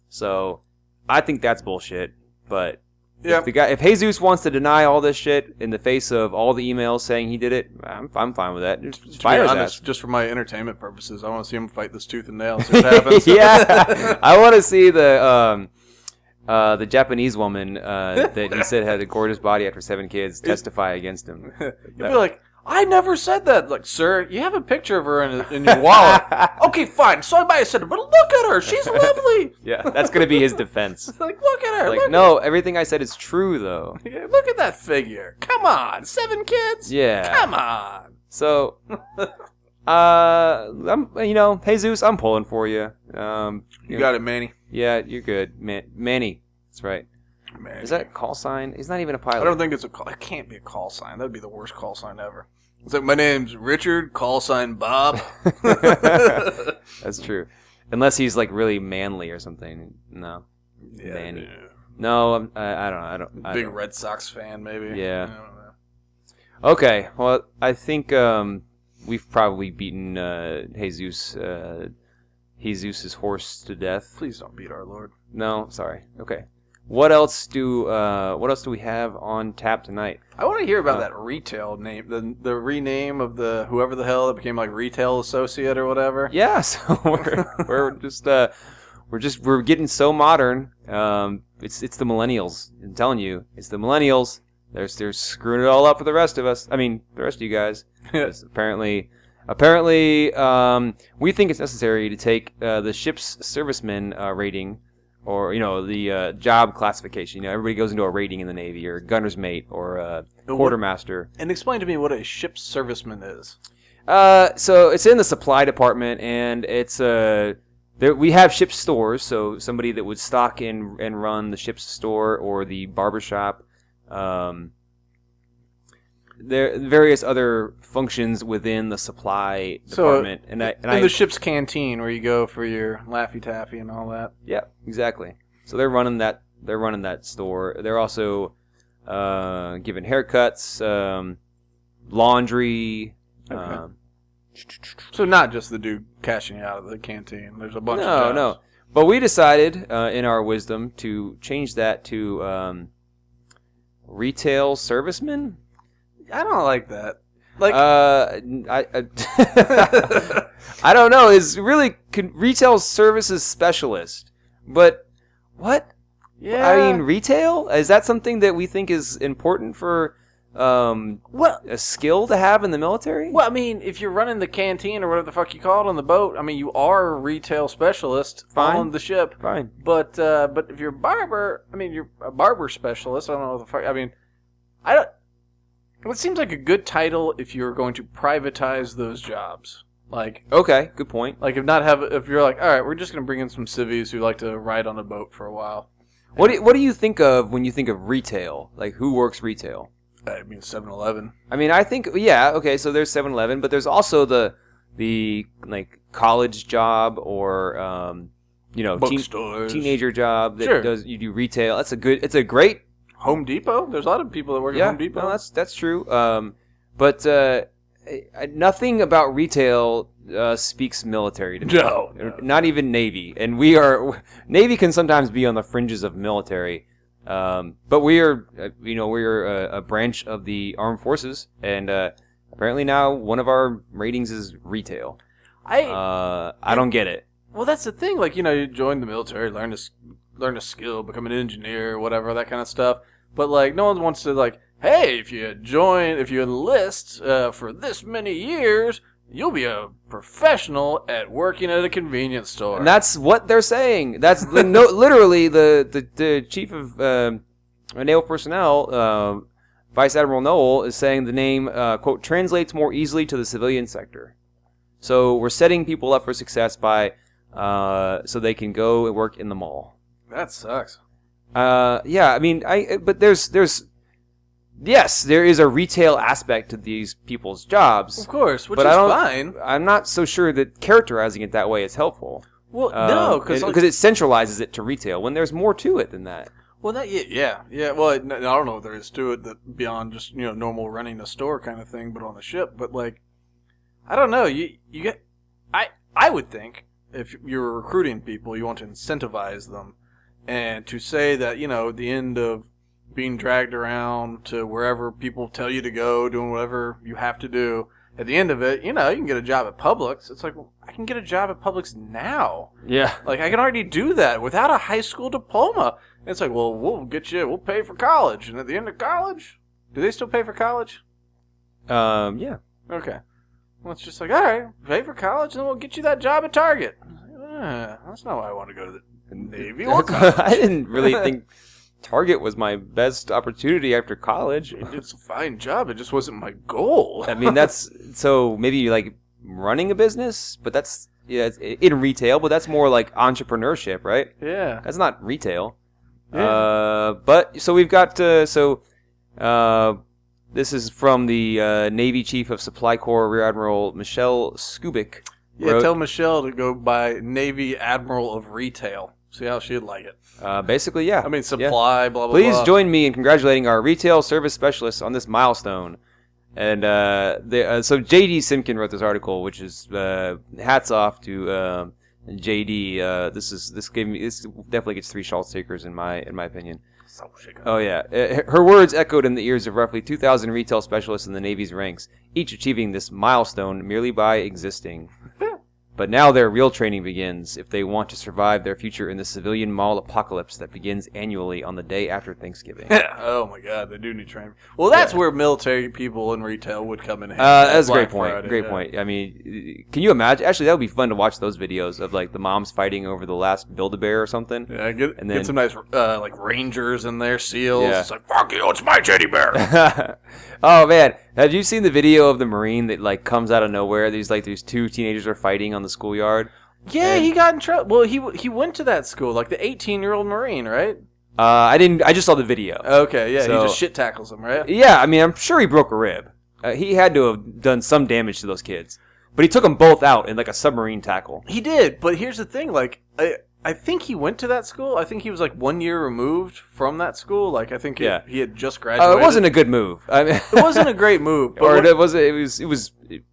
S2: So I think that's bullshit. But
S1: Yeah.
S2: if the guy, if Jesus wants to deny all this shit in the face of all the emails saying he did it, I'm, I'm fine with that. Just
S1: To
S2: fire
S1: be
S2: his
S1: honest,
S2: ass.
S1: just for my entertainment purposes, I want to see him fight this tooth and nail. (laughs) See what happens. (laughs)
S2: (laughs) yeah, I want to see the um, uh, the Japanese woman uh, that he said had a gorgeous body after seven kids testify against him.
S1: (laughs) You'd be like, I never said that. Like, sir, you have a picture of her in, in your wallet.
S2: (laughs)
S1: okay, fine. So I said, it, but look at her. She's lovely.
S2: yeah, that's gonna be his defense.
S1: (laughs) It's like, look at her.
S2: Like,
S1: look,
S2: no, everything I said is
S1: (laughs)
S2: true though.
S1: Yeah, look at that figure. Come on. Seven kids?
S2: Yeah.
S1: Come on. (laughs)
S2: So, uh, I'm you know, hey Zeus, I'm pulling for you. Um,
S1: You got it, Manny.
S2: Yeah, you're good, Man- Manny. That's right.
S1: Manny.
S2: Is that a call sign? He's not even a pilot.
S1: I don't think it's a call. It can't be a call sign. That'd be the worst call sign ever. It's like, my name's Richard, call sign
S2: (laughs)
S1: Bob. (laughs) yeah,
S2: That's true. Unless he's like really manly or something. No. Manny. No, I'm, I, I don't know. I don't. I
S1: Big
S2: don't.
S1: Red Sox fan, maybe.
S2: Yeah.
S1: I don't know.
S2: Okay. Well, I think um, we've probably beaten uh, Jesus. Uh, Jesus's horse to death.
S1: Please don't beat our Lord.
S2: No, sorry. Okay. What else do uh, What else do we have on tap tonight?
S1: I want to hear about
S2: Uh,
S1: that retail name, the the rename of the whoever the hell that became like retail associate or whatever.
S2: Yeah. (laughs) So we're we're just uh, we're just we're getting so modern. Um, it's it's the millennials. I'm telling you, it's the millennials. They're they're screwing it all up for the rest of us. I mean, the rest of you guys. Because apparently, apparently, um, we think it's necessary to take uh, the ship's servicemen uh, rating, or you know, the uh, job classification. You know, everybody goes into a rating in the Navy, or gunner's mate, or uh,
S1: But what-
S2: quartermaster.
S1: And explain to me what a ship serviceman is.
S2: Uh, so it's in the supply department, and it's Uh, there, we have ship stores, so somebody that would stock and and run the ship's store or the barber shop, um, there various other functions within the supply
S1: So,
S2: department. and I and
S1: in
S2: I
S1: the ship's canteen where you go for your laffy taffy and all that.
S2: yeah exactly. So they're running that they're running that store. They're also uh, giving haircuts, um, laundry.
S1: Okay.
S2: Um,
S1: So not just the dude cashing out of the canteen. There's a bunch.
S2: no,
S1: of jobs.
S2: no. But we decided, uh, in our wisdom, to change that to um, retail servicemen.
S1: I don't like (laughs) that. Like,
S2: uh, I, (laughs) I, I don't know. Is really con- retail services specialist, but what?
S1: yeah.
S2: I mean, retail is that something that we think is important for um,
S1: well,
S2: a skill to have in the military?
S1: well, I mean, if you're running the canteen or whatever the fuck you call it on the boat, I mean, you are a retail specialist
S2: Fine.
S1: on the ship.
S2: Fine.
S1: But uh, but if you're a barber, I mean, you're a barber specialist. I don't know what the fuck. I mean, I don't. It seems like a good title if you're going to privatize those jobs. Like
S2: Okay. Good point.
S1: like if not have if you're like all right, we're just gonna bring in some civvies who like to ride on a boat for a while.
S2: What do, what do you think of when you think of retail? Like who works retail?
S1: I mean, Seven Eleven.
S2: I mean, I think yeah, okay. So there's 7-Eleven, but there's also the the like college job or um, you know teen,
S1: Bookstores,
S2: teenager job that
S1: Sure.
S2: does you do retail. That's a good. It's a great.
S1: Home Depot. There's a lot of people that work at
S2: Yeah,
S1: Home Depot.
S2: no, that's that's true. Um, but uh, I- I- nothing about retail uh, speaks military to me.
S1: no, no.
S2: Not even Navy, and we are (laughs) Navy can sometimes be on the fringes of military. Um, but we are, uh, you know, we are a, a branch of the armed forces, and uh, apparently now one of our ratings is retail.
S1: I
S2: Uh, I don't get it.
S1: Well, that's the thing. Like you know, you join the military, learn a s- learn a skill, become an engineer, whatever that kind of stuff. But like, no one wants to like, hey, if you join, if you enlist uh, for this many years, you'll be a professional at working at a convenience store.
S2: And that's what they're saying. That's li- no, literally the, the, the chief of um, naval personnel, uh, Vice Admiral Noel, is saying the name uh, quote translates more easily to the civilian sector. So we're setting people up for success by uh, so they can go and work in the mall.
S1: that sucks.
S2: Uh, yeah, I mean, I but there's there's yes, there is a retail aspect to these people's jobs.
S1: Of course, which
S2: But
S1: is
S2: I don't-
S1: fine.
S2: I'm not so sure that characterizing it that way is helpful.
S1: Well,
S2: Um,
S1: no,
S2: because
S1: because
S2: it, centralizes it to retail when there's more to it than that.
S1: well, that yeah, yeah, yeah. Well, I, I don't know what there is to it that beyond just you know normal running a store kind of thing, but on the ship. But like, I don't know. You you get I I would think if you're recruiting people, you want to incentivize them and to say that, you know, the end of being dragged around to wherever people tell you to go, doing whatever you have to do. At the end of it, you know, you can get a job at Publix. It's like, well, I can get a job at Publix now.
S2: Yeah.
S1: Like I can already do that without a high school diploma. And it's like, well, we'll get you. We'll pay for college. And at the end of college, do they still pay for college?
S2: Um, yeah.
S1: Okay. Well, it's just like, all right, pay for college, and then we'll get you that job at Target. Uh, that's not why I want to go to the Navy.
S2: (laughs)
S1: Or college.
S2: (laughs) I didn't (laughs) really think Target was my best opportunity after college.
S1: it's a fine job. It just wasn't my goal.
S2: I mean, that's so maybe like running a business, but that's yeah, it's in retail, but that's more like entrepreneurship, right?
S1: yeah.
S2: That's not retail.
S1: Yeah.
S2: Uh, but so we've got uh, so uh, this is from the uh, Navy Chief of Supply Corps Rear Admiral Michelle Skubik.
S1: Yeah.
S2: wrote-
S1: Tell Michelle to go by Navy Admiral of Retail. See how she'd like it.
S2: Uh, basically, yeah.
S1: I mean, supply. Blah blah.
S2: Please
S1: blah.
S2: join me in congratulating our retail service specialists on this milestone. And uh, the, uh, so JD Simkin wrote this article, which is uh, hats off to um, JD. Uh, this is this gave me this definitely gets three Schultz takers in my in my opinion.
S1: So shaken.
S2: Oh yeah, Uh, her words echoed in the ears of roughly 2,000 retail specialists in the Navy's ranks, each achieving this milestone merely by
S1: (laughs)
S2: existing. but now their real training begins if they want to survive their future in the civilian mall apocalypse that begins annually on the day
S1: (laughs)
S2: after (laughs) Thanksgiving. Uh,
S1: oh my god, they do need training. Well, that's where military people and retail would come in. handy.
S2: Uh, that's a
S1: Black
S2: great point.
S1: Friday,
S2: great
S1: yeah.
S2: point. I mean, can you imagine? Actually, that would be fun to watch those videos of like the moms fighting over the last Build a Bear or something.
S1: Yeah, get,
S2: And then-
S1: get some nice uh, like Rangers in there, seals.
S2: Yeah.
S1: It's like fuck you, it's my teddy
S2: (laughs)
S1: bear.
S2: oh man, have you seen the video of the Marine that like comes out of nowhere? These like these two teenagers are fighting on the schoolyard.
S1: yeah, he got in trouble. Well, he w- he went to that school, like the eighteen year old Marine, right?
S2: Uh, I didn't. I just saw the video.
S1: Okay, yeah,
S2: So-
S1: he just shit tackles him, right?
S2: yeah, I mean, I'm sure he broke a rib. Uh, he had to have done some damage to those kids, but he took them both out in like a submarine tackle. Uh,
S1: He did, but here's the thing: like, I I think he went to that school. I think he was like one year removed from that school. Like, I think he,
S2: Yeah.
S1: he had just
S2: Uh,
S1: graduated.
S2: it wasn't a good move. I mean,
S1: It
S2: (laughs)
S1: wasn't a great move, but
S2: or
S1: what-
S2: it was. It was. It was.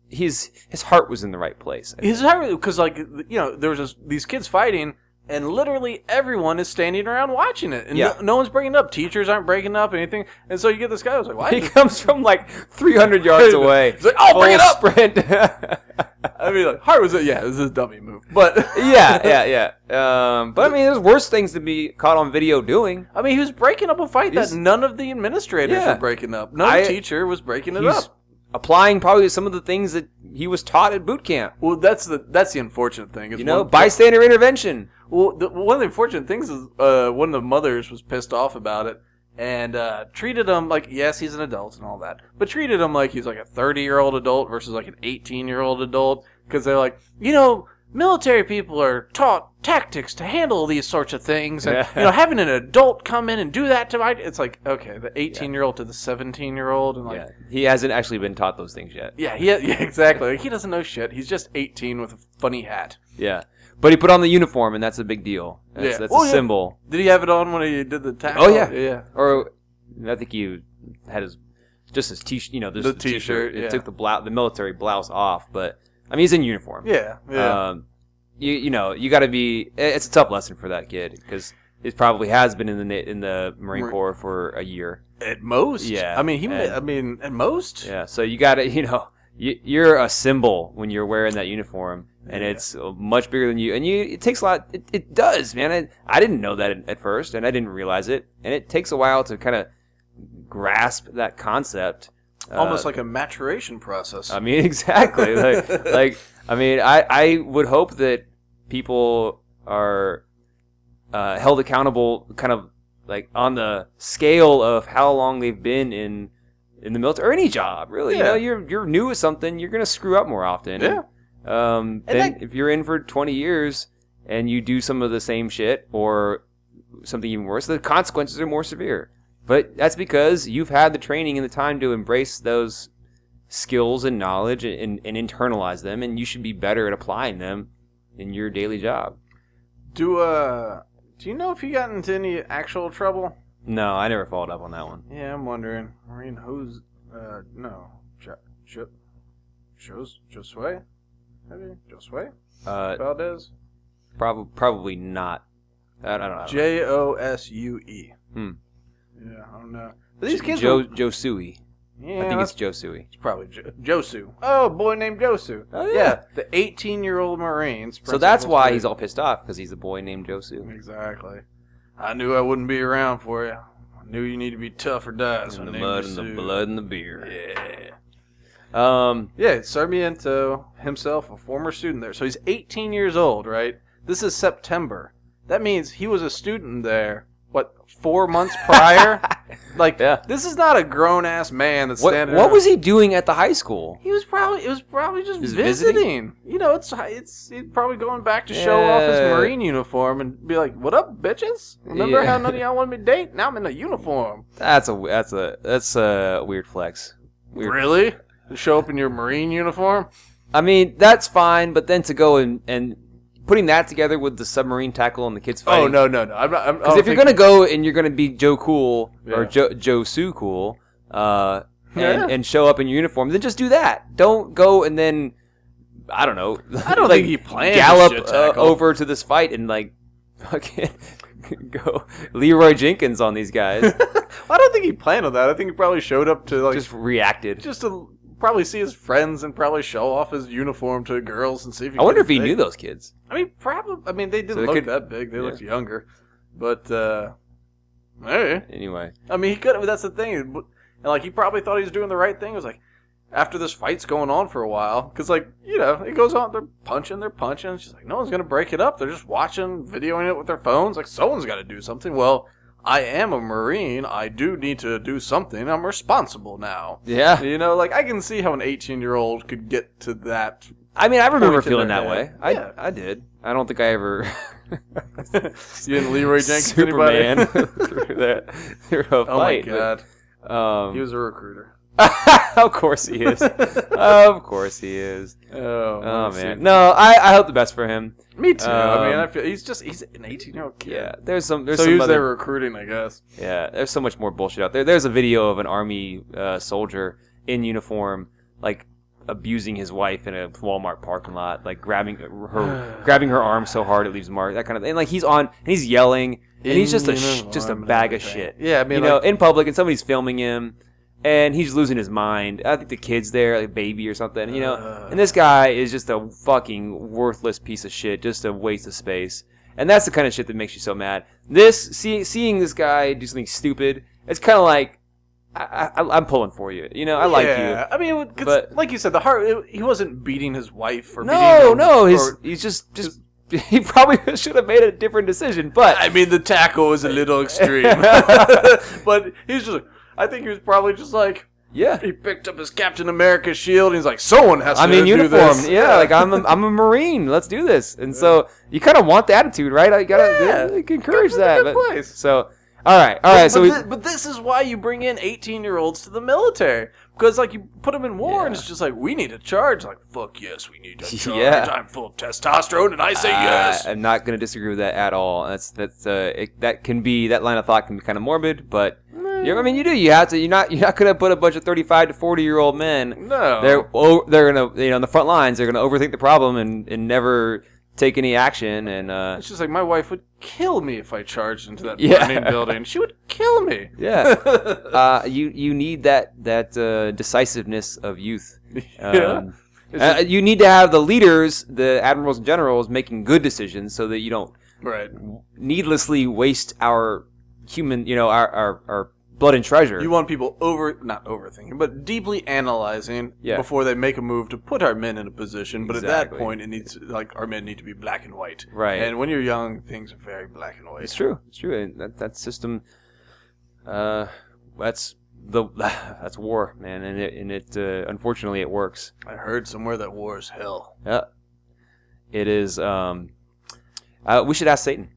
S2: His his heart was in the right place. I think.
S1: His because like you know there was this, these kids fighting and literally everyone is standing around watching it and
S2: Yeah.
S1: no, no one's breaking up teachers aren't breaking up anything and so you get this guy who's like why
S2: He (laughs)
S1: is-
S2: comes from like 300
S1: (laughs)
S2: yards away.
S1: He's like, "Oh, bring
S2: Full Sprint. (laughs)
S1: I mean like hard was it yeah this is a dummy move but (laughs)
S2: yeah, yeah, yeah. Um, but I mean, there's worse things to be caught on video doing.
S1: I mean he was breaking up a fight
S2: He's-
S1: that none of the administrators
S2: Yeah.
S1: were breaking up no
S2: I-
S1: teacher was breaking it
S2: He's
S1: up
S2: applying probably some of the things that he was taught at boot camp.
S1: well that's the that's the unfortunate thing is
S2: You know,
S1: one-
S2: bystander intervention.
S1: Well, the, one of the unfortunate things is uh, one of the mothers was pissed off about it and uh, treated him like yes, he's an adult and all that, but treated him like he's like a thirty-year-old adult versus like an eighteen-year-old adult because they're like, you know, military people are taught tactics to handle these sorts of things, and you know, having an adult come in and do that to my it's like okay, the eighteen-year-old to the seventeen-year-old, and like.
S2: Yeah, he hasn't actually been taught those things yet.
S1: Yeah, he, yeah, (laughs) exactly. Like, he doesn't know shit. He's just 18 with a funny hat.
S2: Yeah, but he put on the uniform, and that's a big deal. That's,
S1: Yeah.
S2: that's
S1: Oh,
S2: a
S1: yeah.
S2: symbol.
S1: Did he have it on when he did the tackle?
S2: Oh, yeah.
S1: yeah.
S2: Or I think he had his just his t you know just
S1: The
S2: his t-shirt.
S1: t-shirt,
S2: It
S1: yeah.
S2: took the blou- the military blouse off, but I mean he's in uniform.
S1: Yeah, yeah.
S2: Um, you you know you got to be. It's a tough lesson for that kid because it probably has been in the na- in the Marine
S1: Mar-
S2: Corps for a year.
S1: At most,
S2: Yeah,
S1: I mean, he.
S2: and-
S1: I mean, at most.
S2: Yeah, so you got to (laughs) you know you, you're a symbol when you're wearing that uniform, and
S1: Yeah.
S2: it's uh, much bigger than you. And you it takes a lot. It, it does, man. I I didn't know that at- at first, and I didn't realize it, and it takes a while to kind of grasp that concept. Uh,
S1: Almost like a maturation process.
S2: I mean, (laughs) exactly. like, like, I mean, I, I would hope that people are uh, held accountable, kind of like on the scale of how long they've been in in the military or any job. Really, you
S1: Yeah.
S2: know, you're you're new at something, you're gonna screw up more often.
S1: Yeah.
S2: Um.
S1: And
S2: Then if you're in for 20 years and you do some of the same shit or something even worse, the consequences are more severe. But that's because you've had the training and the time to embrace those skills and knowledge and, and internalize them, and you should be better at applying them in your daily job.
S1: do uh, do you know if he got into any actual trouble?
S2: No, I never followed up on that one.
S1: Yeah, I'm wondering. Marine hose. Uh, no. Jo- jo- Jos Josue, maybe Josue
S2: Uh,
S1: Valdez.
S2: prob- probably not. I don't, I don't know.
S1: J O S U E.
S2: Hmm.
S1: Yeah, I don't know. But these kids,
S2: Joe
S1: were-
S2: Josui.
S1: yeah,
S2: I think it's
S1: that's
S2: Josui.
S1: probably jo- Josu. Oh, a boy named Josu.
S2: Oh, yeah.
S1: yeah. the 18-year-old Marines.
S2: So that's why he's all pissed off because he's a boy named Josu.
S1: exactly. I knew I wouldn't be around for you. I knew you need to be tough or die. so I named you Sue.
S2: and the beer.
S1: Yeah.
S2: Um,
S1: Yeah, Sarmiento himself, a former student there. So he's 18 years old, right? This is September. That means he was a student there, what, four months
S2: (laughs)
S1: prior? like,
S2: Yeah.
S1: this is not a grown ass man that's
S2: what,
S1: standing
S2: what
S1: around-
S2: was he doing at the high school?
S1: He was probably it was probably just
S2: Just
S1: visiting.
S2: visiting?
S1: You know, it's it's he's probably going back to show off his
S2: Yeah.
S1: marine uniform and be like, "What up, bitches? Remember
S2: Yeah.
S1: how none of y'all wanted me to date? Now I'm in a uniform."
S2: That's a that's a that's a weird flex. Weird.
S1: Really? To show up in your marine uniform?
S2: I mean, that's fine, but then to go and and putting that together with the submarine tackle and the kids fighting.
S1: Oh no no no! I'm not. I'm, I
S2: Because
S1: don't
S2: if you're
S1: think-
S2: gonna go and you're gonna be Joe Cool or
S1: Oh, Yeah.
S2: Joe Joe Sue Cool, uh, and,
S1: Yeah.
S2: and show up in your uniform, then just do that. Don't go and then I don't know.
S1: I don't
S2: like, (laughs)
S1: think he planned
S2: gallop
S1: the shit
S2: uh,
S1: tackle.
S2: over to this fight and like (laughs) fucking go Leroy Jenkins on these
S1: (laughs)
S2: guys.
S1: I don't think he planned on that. I think he probably showed up to like just,
S2: just reacted.
S1: to probably see his friends and probably show off his uniform to girls and see if. He
S2: I wonder if
S1: could
S2: he knew
S1: think.
S2: those kids.
S1: I mean, probably. I mean, they didn't
S2: So they
S1: look
S2: could-
S1: that big. They
S2: yeah.
S1: looked younger, but uh, hey,
S2: Anyway,
S1: I mean, he could. But that's the thing. And like, he probably thought he was doing the right thing. It was like. After this fight's going on for a while, because like you know, it goes on. They're punching, they're punching. She's like, no one's gonna break it up. They're just watching, videoing it with their phones. Like someone's got to do something. Well, I am a marine. I do need to do something. I'm responsible now.
S2: yeah.
S1: You know, like I can see how an 18 year old could get to that.
S2: I mean, I remember
S1: Point in
S2: feeling
S1: their
S2: that way.
S1: head.
S2: I
S1: Yeah.
S2: I did. I don't think I ever.
S1: you and (laughs) Leroy Jenkins,
S2: Superman (laughs)
S1: anybody?
S2: through that through a
S1: (laughs) oh
S2: fight.
S1: my god,
S2: but, um,
S1: he was a recruiter.
S2: (laughs) of course he is. of course
S1: (laughs)
S2: he is.
S1: Oh,
S2: Oh
S1: let's see.
S2: man. No, I, I hope the best for him.
S1: me too. I mean,
S2: Um,
S1: I feel he's just he's an 18 year old kid.
S2: Yeah. There's some there's
S1: so he
S2: some
S1: was there
S2: other,
S1: recruiting, I guess.
S2: yeah, there's so much more bullshit out there. There's a video of an army uh, soldier in uniform like abusing his wife in a Walmart parking lot, like
S1: (sighs)
S2: grabbing her grabbing her arm so hard it leaves mark that kind of thing. And like he's on and he's yelling and he's just a
S1: In
S2: sh- just a
S1: uniform and
S2: bag of
S1: everything.
S2: shit.
S1: Yeah, I mean,
S2: you know,
S1: like,
S2: in public, and somebody's filming him, and he's losing his mind. I think the kid's there, like a baby or something, you know.
S1: Uh.
S2: and this guy is just a fucking worthless piece of shit, just a waste of space. And that's the kind of shit that makes you so mad. This see, seeing this guy do something stupid, it's kind of like I, I, I'm pulling for you. You know, I like you.
S1: Yeah, I mean, 'cause
S2: But-
S1: like you said, the heart. It, he wasn't beating his wife or beating
S2: No,
S1: her-
S2: no, he's
S1: or-
S2: he's just just (laughs) he probably (laughs) should have made a different decision, but
S1: I mean, the tackle was a little extreme, (laughs) but he's just. I think he was probably just like
S2: yeah.
S1: he picked up his Captain America shield and he's like, someone has to
S2: I'm in
S1: do
S2: uniform.
S1: this.
S2: Yeah, like I'm a,
S1: (laughs)
S2: I'm a marine. Let's do this. And so you kind of want the attitude, right? I gotta
S1: Yeah.
S2: you can encourage
S1: That's a
S2: that.
S1: good
S2: but-
S1: place.
S2: so all right, all right.
S1: but,
S2: so we,
S1: thi- but this is why you bring in 18 year olds to the military because like you put them in war and
S2: Yeah.
S1: it's just like we need to charge like fuck yes we
S2: (laughs)
S1: need to charge
S2: Yeah. Uh,
S1: i'm full of testosterone and i say yes
S2: I, am not gonna disagree with that at all. That's that's uh, it, that can be that line of thought can be kind of morbid, but you I mean you do you have to you're not you're not gonna put a bunch of 35 to 40 year old men.
S1: no
S2: They're oh, they're gonna you know on the front lines they're gonna overthink the problem and and never take any action and uh,
S1: it's just like my wife would kill me if i charged into that
S2: Yeah.
S1: burning building she would kill me
S2: (laughs)
S1: (laughs)
S2: yeah. uh, you you need that that uh, decisiveness of youth.
S1: Yeah.
S2: Um,
S1: It's
S2: uh, you need to have the leaders, the admirals and generals, making good decisions so that you don't
S1: right
S2: needlessly waste our human, you know, our our, our blood and treasure.
S1: you want people over not overthinking but deeply analyzing
S2: Yeah.
S1: before they make a move to put our men in a position but at that
S2: Exactly.
S1: point it needs like our men need to be black and white
S2: Right.
S1: and when you're young things are very black and white
S2: it's true. It's true. And that that system, uh, that's the (sighs) that's war, man, and it and it uh, unfortunately it works.
S1: I heard somewhere that war is hell.
S2: Yeah. It is. Um, uh, we should ask Satan.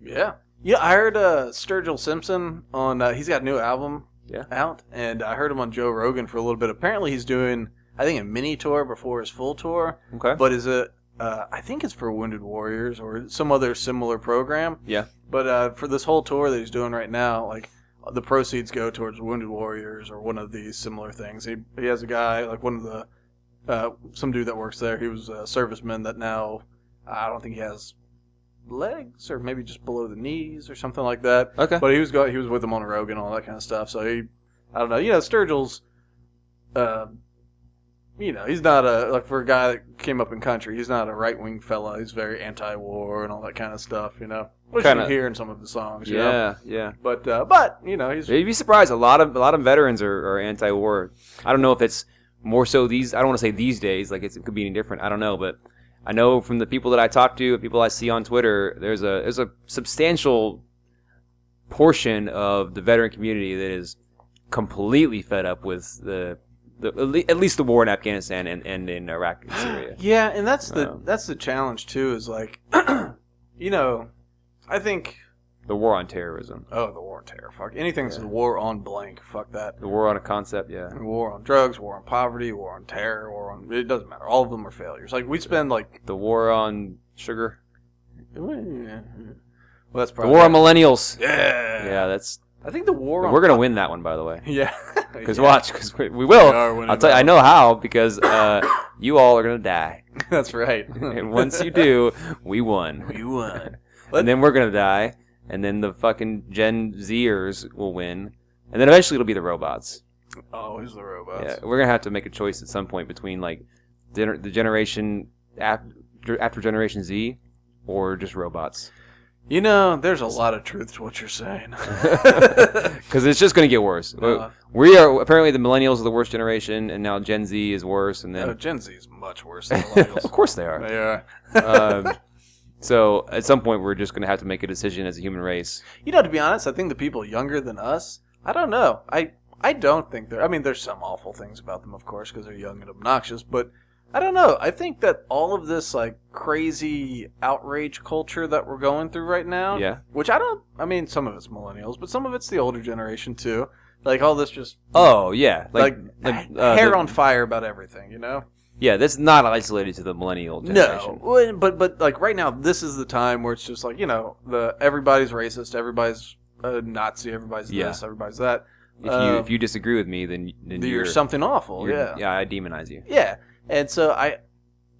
S1: Yeah. Yeah, I heard uh, Sturgill Simpson on. Uh, he's got a new album
S2: Yeah.
S1: out, and I heard him on Joe Rogan for a little bit. Apparently, he's doing, I think, a mini tour before his full tour,
S2: Okay.
S1: but is it? Uh, I think it's for Wounded Warriors or some other similar program.
S2: Yeah.
S1: But uh, for this whole tour that he's doing right now, like the proceeds go towards Wounded Warriors or one of these similar things. He he has a guy like one of the uh, some dude that works there. He was a serviceman that now I don't think he has legs or maybe just below the knees or something like that.
S2: Okay.
S1: But he was go he was with him on Rogan and all that kind of stuff. So he, I don't know. You know, Sturgill's, uh, you know, he's not a like for a guy that came up in country. He's not a right wing fella. He's very anti-war and all that kind of stuff. You know, which
S2: Kinda-
S1: you hear in some of the songs. You know?
S2: yeah, yeah.
S1: But uh, but you know he's
S2: You'd be surprised. A lot of a lot of veterans are, are anti-war. I don't know if it's more so these. I don't want to say these days. Like it's, it could be any different. I don't know, but I know from the people that I talk to, people I see on Twitter, there's a there's a substantial portion of the veteran community that is completely fed up with the. The, at le- at least the war in Afghanistan and, and in Iraq
S1: (gasps)
S2: and Syria.
S1: Yeah, and that's the
S2: Um,
S1: that's the challenge too. Is like, (clears throat) you know, I think
S2: The war on terrorism.
S1: oh the war on terror, fuck anything's
S2: Yeah.
S1: the war on blank, fuck that.
S2: The war on a concept, yeah.
S1: War on drugs, war on poverty, war on terror, war on it doesn't matter. All of them are failures. Like we spend like
S2: The war on sugar.
S1: well that's
S2: The
S1: probably
S2: war on millennials.
S1: yeah
S2: Yeah, that's.
S1: I think the war on
S2: We're gonna win that one, by the way.
S1: (laughs) yeah
S2: Because
S1: Yeah,
S2: watch, because we, we
S1: we
S2: will.
S1: are winning
S2: I'll tell you,
S1: that
S2: I know how because uh, you all are
S1: (laughs)
S2: gonna die,
S1: one. that's
S2: (laughs)
S1: right
S2: and
S1: (laughs)
S2: once you do, we won.
S1: we won
S2: And then we're gonna die, and then the fucking Gen Zers will win, and then eventually it'll be the robots.
S1: always the robots
S2: Yeah, we're gonna have to make a choice at some point between like gener- the generation after after Generation Z, or just robots,
S1: you know there's a lot of truth to what you're
S2: (laughs)
S1: saying (laughs)
S2: because it's just gonna get worse.
S1: Uh,
S2: We are apparently the millennials are the worst generation, and now Gen Z is worse, and
S1: Oh,
S2: then
S1: Gen Z is much worse than
S2: (laughs)
S1: millennials.
S2: of course they are.
S1: they are.
S2: um, so at some point, we're just going to have to make a decision as a human race.
S1: You know, to be honest, I think the people younger than us, I don't know. I I don't think they're. I mean, there's some awful things about them, of course, because they're young and obnoxious. But I don't know. I think that all of this like crazy outrage culture that we're going through right now,
S2: Yeah.
S1: which I don't. I mean, some of it's millennials, but some of it's the older generation too. Like all this just
S2: Oh yeah,
S1: like, ah,
S2: the- uh,
S1: hair
S2: the-
S1: on fire about everything, you know.
S2: Yeah, that's not isolated to the millennial
S1: No,
S2: generation.
S1: Well, but but like right now, this is the time where it's just like you know the everybody's racist, everybody's a Nazi, everybody's
S2: Yeah.
S1: this, everybody's that.
S2: If you
S1: Uh,
S2: if you disagree with me, then then
S1: You're,
S2: you're,
S1: something awful.
S2: you're-
S1: yeah. yeah,
S2: I demonize you.
S1: And so I,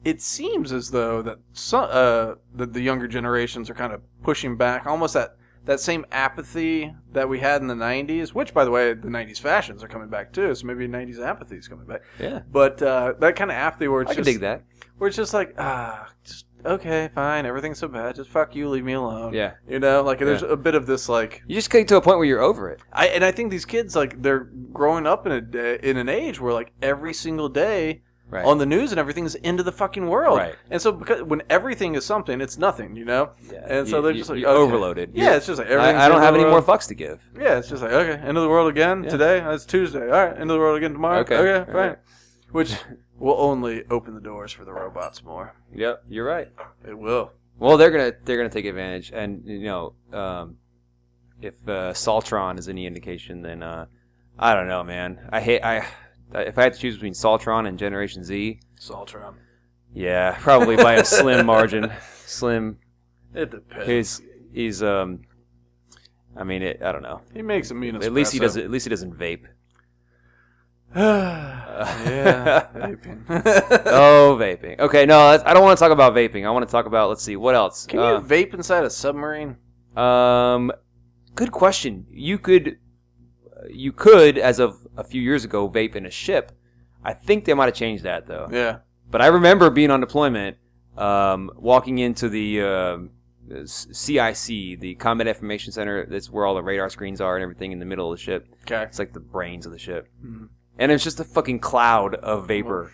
S1: it seems as though that some uh that the younger generations are kind of pushing back, almost that that same apathy that we had in the '90s. Which, by the way, the '90s fashions are coming back too. So maybe '90s apathy is coming back.
S2: Yeah,
S1: But uh, that kind of apathy where it's
S2: I can
S1: just
S2: dig that.
S1: where it's just like ah just okay fine everything's so bad just fuck you leave me alone
S2: Yeah,
S1: you know like there's a bit of this like
S2: you just get to a point where you're over it.
S1: i and i think these kids like they're growing up in a day, in an age where like every single day
S2: Right.
S1: on the news and everything is into the fucking world
S2: Right.
S1: and so because when everything is something it's nothing you know
S2: yeah.
S1: and so
S2: You-
S1: they're
S2: you-
S1: just like
S2: you're
S1: okay.
S2: overloaded.
S1: yeah it's just like
S2: You're-
S1: everything
S2: I, I don't have any more fucks to give.
S1: yeah it's just like okay end of the world again
S2: Yeah.
S1: today it's tuesday all right end of the world again tomorrow
S2: Okay.
S1: okay
S2: All
S1: fine
S2: right. (laughs)
S1: which will only open the doors for the robots more
S2: Yep, you're right.
S1: it will
S2: Well, they're gonna they're gonna take advantage, and you know, um, if uh, Saltron is any indication, then uh, I don't know, man. I hate I if I had to choose between Saltron and Generation Z,
S1: Saltram.
S2: yeah, (laughs) probably by a slim margin. Slim.
S1: It depends.
S2: He's he's um, I mean, it, I don't know.
S1: he makes a mean.
S2: At least he
S1: espresso.
S2: doesn't. At least he doesn't
S1: (laughs)
S2: vape.
S1: (sighs) yeah.
S2: (laughs)
S1: vaping.
S2: Oh, vaping. Okay, no, that's, I don't want to talk about vaping. I want to talk about let's see what
S1: (laughs)
S2: else.
S1: Can
S2: Uh,
S1: you vape inside a submarine?
S2: Um, good question. You could, you could, as of a few years ago, vape in a ship. I think they might have changed that though.
S1: Yeah.
S2: But I remember being on deployment, um, walking into the um, uh, CIC, the Combat Information Center. That's where all the radar screens are and everything in the middle of the ship.
S1: Okay.
S2: It's like the brains of the ship.
S1: Mm-hmm.
S2: And it's just a fucking cloud of vapor.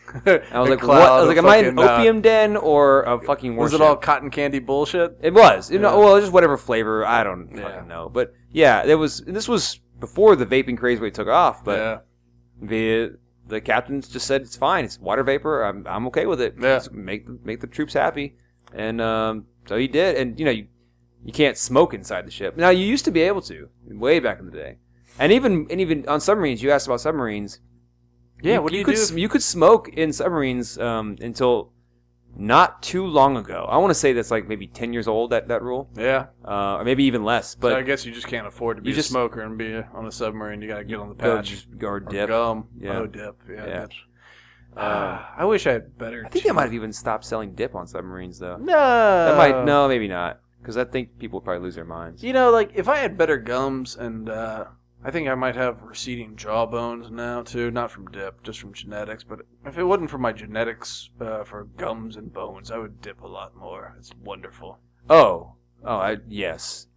S2: I was
S1: A
S2: like,
S1: cloud
S2: what? I
S1: of
S2: was like, am I in an
S1: fucking, uh,
S2: opium den or a fucking warship?
S1: was it all cotton candy bullshit?
S2: It was, you
S1: Yeah.
S2: know, well, just whatever flavor. I don't
S1: Yeah.
S2: fucking know, but yeah, there was. This was before the vaping craze really took off, but
S1: yeah.
S2: the the captains just said it's fine. It's water vapor. I'm, I'm okay with it.
S1: Yeah.
S2: Just make the, make the troops happy, and um, so he did. And you know, you, you can't smoke inside the ship. Now you used to be able to way back in the day, and even and even on submarines. You asked about submarines.
S1: Yeah,
S2: you,
S1: what do you
S2: could
S1: do
S2: s- you could smoke in submarines um, until not too long ago. I want to say that's like maybe ten years old. That that rule
S1: Yeah.
S2: uh, or maybe even less.
S1: But I
S2: But
S1: guess you just can't afford to be
S2: You just-
S1: a smoker and be on a submarine. You got to get on the
S2: go
S1: patch.
S2: just go or
S1: Or
S2: dip.
S1: Gum.
S2: Yeah. (sighs)
S1: Oh, dip. Yeah.
S2: Yeah.
S1: that's- Ah,
S2: Um,
S1: I wish I had better.
S2: I think they might have even stopped selling dip on submarines though.
S1: No.
S2: That
S1: Uh,
S2: might no, maybe not, because I think people would probably lose their minds.
S1: You know, like if I had better gums and uh, I think I might have receding jawbones now too, not from dip, just from genetics. But if it wasn't for my genetics uh, for gums and bones, I would dip a lot more. It's wonderful.
S2: Oh, oh, I, yes,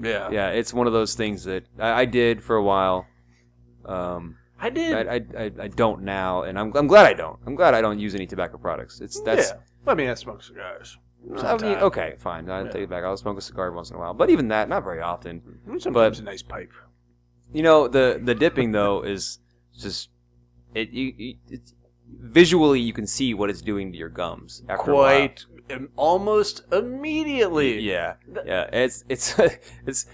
S1: Yeah.
S2: yeah. It's one of those things that I, I did for a while. Um,
S1: I
S2: I,
S1: did.
S2: I, I, I don't now, and I'm, I'm glad I don't. I'm glad I don't use any tobacco products. It's that's.
S1: yeah. I mean, I smoke cigars.
S2: I mean,
S1: Sometime.
S2: okay, fine. I
S1: Yeah.
S2: take it back. I'll smoke a cigar once in a while, but even that, not very often.
S1: Sometimes a nice pipe.
S2: You know, the the dipping though is just it. You, you it's, visually you can see what it's doing to your gums. After a while.
S1: Quite, im- almost immediately.
S2: Yeah,
S1: Th-
S2: yeah. It's it's (laughs) it's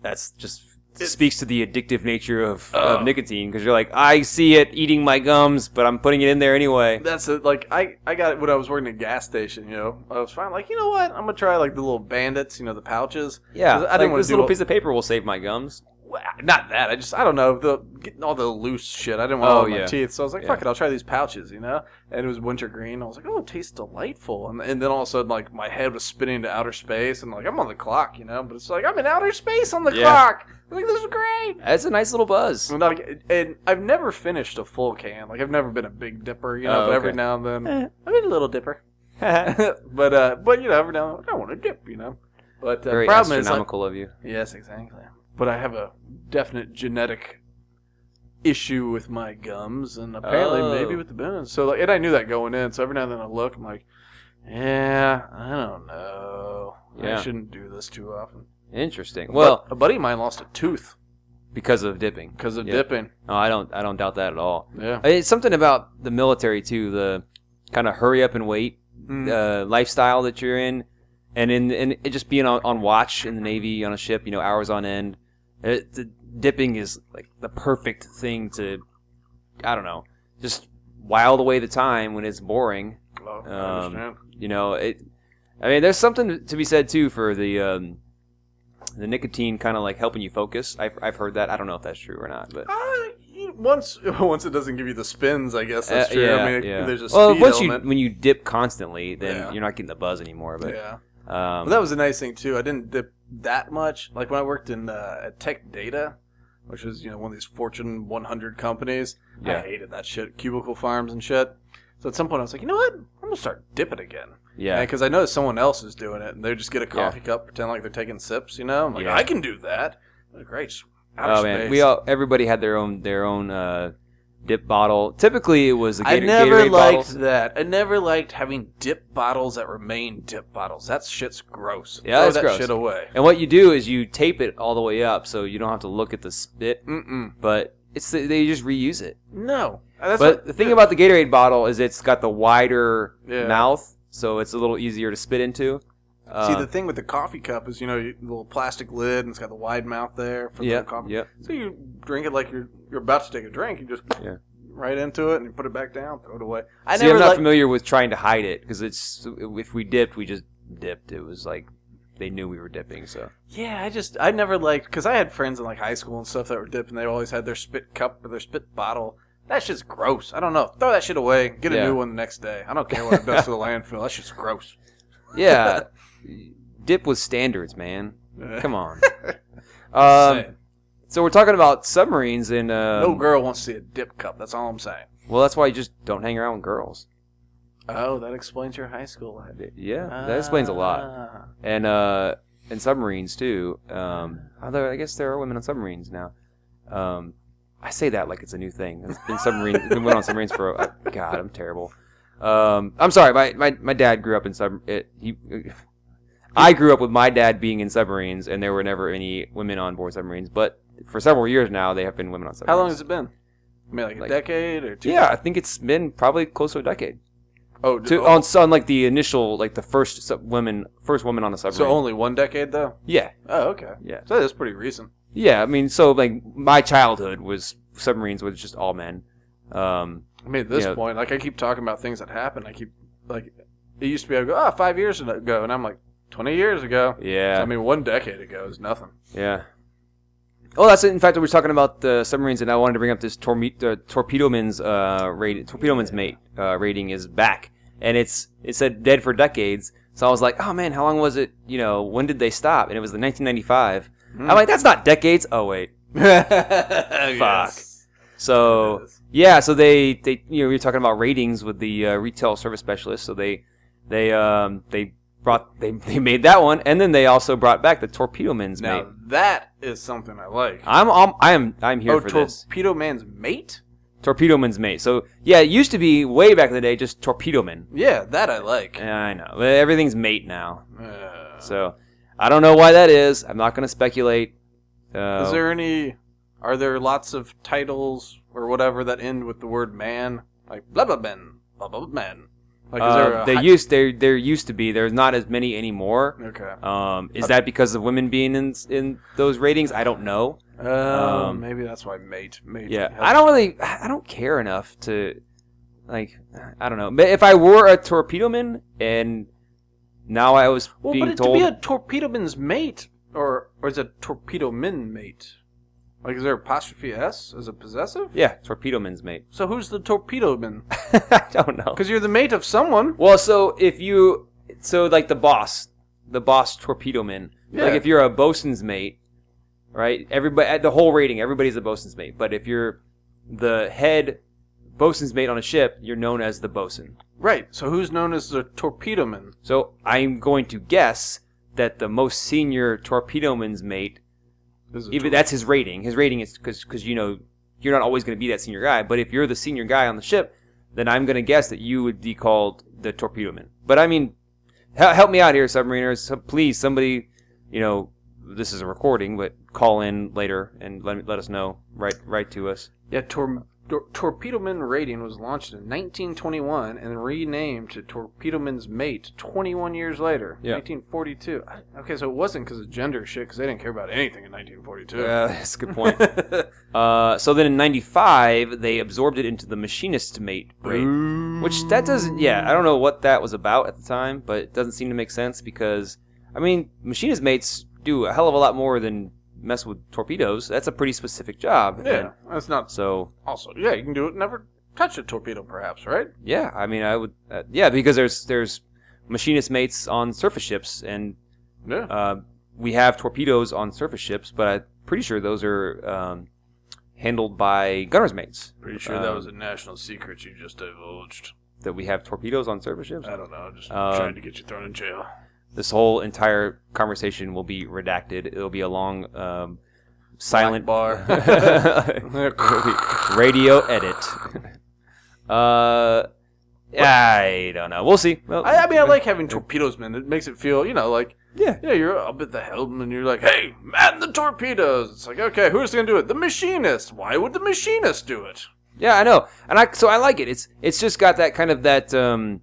S2: that's just
S1: It's-
S2: speaks to the addictive nature of,
S1: Oh.
S2: of nicotine because you're like, I see it eating my gums, but I'm putting it in there anyway.
S1: That's it. Like I, I got it when I was working at a gas station. You know, I was fine. Like you know what? I'm gonna try like the little bandits. You know, the pouches.
S2: Yeah,
S1: 'Cause I
S2: I
S1: didn't
S2: think
S1: wanna
S2: this
S1: do
S2: little
S1: all-
S2: piece of paper will save my gums.
S1: Well, not that. I just I don't know the getting all the loose shit. I didn't want
S2: Oh,
S1: all in my
S2: yeah.
S1: teeth, so I was like, fuck it, I'll try these pouches, you know. And it was wintergreen. I was like, oh, it tastes delightful. And, and then all of a sudden, like my head was spinning to outer space, and like I'm on the clock, you know. But it's like I'm in outer space on the
S2: Yeah.
S1: clock. I'm like this is great.
S2: That's a nice little buzz.
S1: And, like, and I've never finished a full can. Like I've never been a big dipper, you know.
S2: Oh,
S1: But every
S2: okay.
S1: now and then,
S2: Eh.
S1: I've been a little
S2: (laughs)
S1: dipper.
S2: Very
S1: (laughs) but uh, but you know, every now and then, I want to dip, you know. But uh, the problem is, like,
S2: astronomical of you.
S1: Yes, exactly. But I have a definite genetic issue with my gums, and apparently
S2: Oh.
S1: maybe with the bones. So, like, and I knew that going in. So every now and then I look, I'm like, yeah, I don't know.
S2: Yeah.
S1: I shouldn't do this too often.
S2: Interesting. Well,
S1: But a buddy of mine lost a tooth
S2: because of dipping.
S1: because of
S2: Yeah.
S1: dipping.
S2: No, I don't. I don't doubt that at all.
S1: Yeah.
S2: It's something about the military too. The kind of hurry up and wait
S1: Mm.
S2: uh, lifestyle that you're in, and in and it just being on, on watch in the Navy on a ship, you know, hours on end. It, the dipping is like the perfect thing to, I don't know, just while away the time when it's boring.
S1: Oh, I
S2: um,
S1: understand.
S2: You know, it. I mean, there's something to be said too for the um, the nicotine kind of like helping you focus. I've, I've heard that. I don't know if that's true or not, but.
S1: Ah, you- (laughs) once once it doesn't give you the spins, I guess that's
S2: Uh,
S1: true.
S2: yeah,
S1: I mean, it-
S2: yeah.
S1: there's a speed
S2: well, once
S1: element.
S2: you when you dip constantly, then
S1: Yeah.
S2: you're not getting the buzz anymore. But
S1: yeah. Well,
S2: um,
S1: that was a nice thing too. I didn't dip that much. Like when I worked in uh, at Tech Data, which was you know one of these Fortune 100 companies. I
S2: Yeah.
S1: hated that shit, cubicle farms and shit. So at some point I was like, you know what? I'm gonna start dipping again.
S2: yeah,
S1: Yeah. Because I noticed someone else is doing it, and they just get a coffee cup, pretend like they're taking sips. You know, I'm like,
S2: Yeah.
S1: I can do that. Like, Great. Out
S2: Oh
S1: of space.
S2: man, we all everybody had their own their own uh, dip bottle. Typically, it was a
S1: I
S2: Gator-
S1: never
S2: Gatorade
S1: liked
S2: bottles.
S1: that. I never liked having dip bottles that remain dip bottles. That shit's gross.
S2: Yeah,
S1: Throw
S2: that's
S1: that
S2: gross.
S1: shit away.
S2: And what you do is you tape it all the way up, so you don't have to look at the spit.
S1: Mm-mm.
S2: But it's the, they just reuse it.
S1: No. That's
S2: but
S1: what-
S2: the thing about the Gatorade bottle is it's got the wider
S1: Yeah.
S2: mouth, so it's a little easier to spit into. Uh,
S1: See, the thing with the coffee cup is, you know, you- the little plastic lid, and it's got the wide mouth there for
S2: yeah,
S1: the coffee.
S2: yeah,
S1: So you drink it like you're you're about to take a drink. You just
S2: Yeah.
S1: right into it and you put it back down, throw it away. I
S2: See, I'm
S1: never
S2: not
S1: like.
S2: familiar with trying to hide it because it's if we dipped, we just dipped. It was like they knew we were dipping, so
S1: Yeah, I just I never liked because I had friends in like high school and stuff that were dipping. They always had their spit cup or their spit bottle. That shit's gross. I don't know. Throw that shit away. Get a
S2: Yeah.
S1: new one the next day. I don't care what it does to the landfill. That shit's gross.
S2: yeah. (laughs) dip with standards, man.
S1: Come
S2: (laughs)
S1: (laughs)
S2: Come on. Um, so we're talking about submarines, and uh,
S1: no girl wants to see a dip cup. That's all I'm saying.
S2: well, that's why you just don't hang around with girls.
S1: Oh, that explains your high school life.
S2: Yeah, that explains a lot.
S1: Ah.
S2: And uh, and submarines too. Um, although I guess there are women on submarines now. Um, I say that like it's a new thing. It's been submarine. it's been women on submarines for a, God. I'm terrible. Um, I'm sorry. My, my, my dad grew up in sub. It, he, I grew up with my dad being in submarines, and there were never any women on board submarines. But for several years now, they have been women on submarines.
S1: How long has it been? I mean, like a
S2: Like-
S1: decade or two.
S2: Yeah, I think it's been probably close to a decade.
S1: Oh,
S2: To,
S1: oh,
S2: on, on like the initial, like the first sub- women, first woman on a submarine.
S1: so only one decade though.
S2: yeah,
S1: Oh, okay.
S2: yeah,
S1: So that's pretty recent.
S2: yeah. I mean, so like my childhood was submarines was just all men. Um,
S1: I mean, at this
S2: Yeah.
S1: point, like I keep talking about things that happened. I keep like it used to be. I go, oh, five years ago, and I'm like, twenty years ago.
S2: yeah,
S1: I mean, one decade ago is nothing.
S2: yeah. Oh, that's it. In fact, we were talking about the submarines, and I wanted to bring up this torme- uh, torpedo man's uh, rate. Torpedo man's mate uh, rating is back, and it's it said dead for decades. So I was like, oh man, how long was it? You know, when did they stop? And it was the 1995. I'm like, that's not decades. Oh wait.
S1: Oh, Yes. It
S2: So
S1: is.
S2: yeah, so they they you know we were talking about ratings with the uh, retail service specialist. So they they um they brought they (laughs) they made that one, and then they also brought back the torpedo man's mate.
S1: Now that is something I like.
S2: I'm um, I'm I'm here
S1: oh,
S2: for this.
S1: torpedo man's mate.
S2: Torpedo Man's mate. So yeah, it used to be way back in the day just Torpedo Man.
S1: Yeah, that I like.
S2: Yeah, I know. But Everything's mate now.
S1: Uh,
S2: So I don't know why that is. I'm not gonna speculate. Uh,
S1: is there any? Are there lots of titles or whatever that end with the word man, like blah blah man, blah blah man? Like is there?
S2: uh,
S1: A
S2: there
S1: hi-
S2: used there there used to be. There's not as many anymore.
S1: okay.
S2: Um, is that because of women being in in those ratings? I don't know.
S1: Uh,
S2: um,
S1: maybe that's why mate. Mate.
S2: Yeah,
S1: has-
S2: I don't really. I don't care enough to, like, I don't know. But if I were a torpedo man and now I was
S1: Well,
S2: being
S1: but it,
S2: told
S1: to be a torpedo man's mate, or or is it torpedo min mate? Like, is there apostrophe s as a possessive?
S2: yeah, torpedo man's mate. (laughs)
S1: So who's the torpedo man? (laughs)
S2: I don't know.
S1: Because you're the mate of someone.
S2: Well, so if you, so like the boss, the boss torpedo man.
S1: Yeah.
S2: Like if you're a bosun's mate, right? Everybody, the whole rating, everybody's a bosun's mate. But if you're the head bosun's mate on a ship, you're known as the bosun.
S1: Right. So who's known as the torpedo man?
S2: So I'm going to guess that the most senior torpedo man's mate,
S1: Is it
S2: even that's his rating. His rating is because because you know you're not always going to be that senior guy. But if you're the senior guy on the ship, then I'm going to guess that you would be called the torpedo man. But I mean, hel- help me out here, submariners. So please, somebody, you know, this is a recording, but call in later and let me, let us know. Write write to us.
S1: Yeah, tor- tor- Torpedo Man Rating was launched in 1921 and renamed to Torpedo Man's Mate 21 years later,
S2: Yeah.
S1: 1942. I- Okay, so it wasn't because of gender shit, because they didn't care about anything in 1942. (laughs)
S2: Yeah, (laughs) that's a good point. uh, so then in '95, they absorbed it into the machinist mate rate. Which that doesn't, yeah, I don't know what that was about at the time, but it doesn't seem to make sense because, I mean, machinist mates do a hell of a lot more than mess with torpedoes. That's a pretty specific job.
S1: Yeah,
S2: And
S1: that's not
S2: so,
S1: also. Yeah, you can do it. Never touch a torpedo, perhaps, right?
S2: yeah, I mean, I would, uh, yeah, because there's there's machinist mates on surface ships, and
S1: Yeah.
S2: uh, we have torpedoes on surface ships, but I'm pretty sure those are um, handled by gunner's mates.
S1: Pretty sure that
S2: um,
S1: was a national secret you just divulged.
S2: That we have torpedoes on surface ships.
S1: I don't know. Just
S2: um,
S1: trying to get you thrown in jail.
S2: this whole entire conversation will be redacted. It'll be a long, um, silent
S1: Black
S2: (laughs) radio edit. uh, I don't know. We'll see. Well,
S1: (laughs) I, I mean, I like having torpedoes, man. It makes it feel, you know, like
S2: Yeah.
S1: Yeah, you're up at the helm and you're like, hey, man the torpedoes. It's like, okay, who's going to do it? The machinist. Why would the machinist do it?
S2: Yeah, I know. And I so I like it. It's it's just got that kind of that um,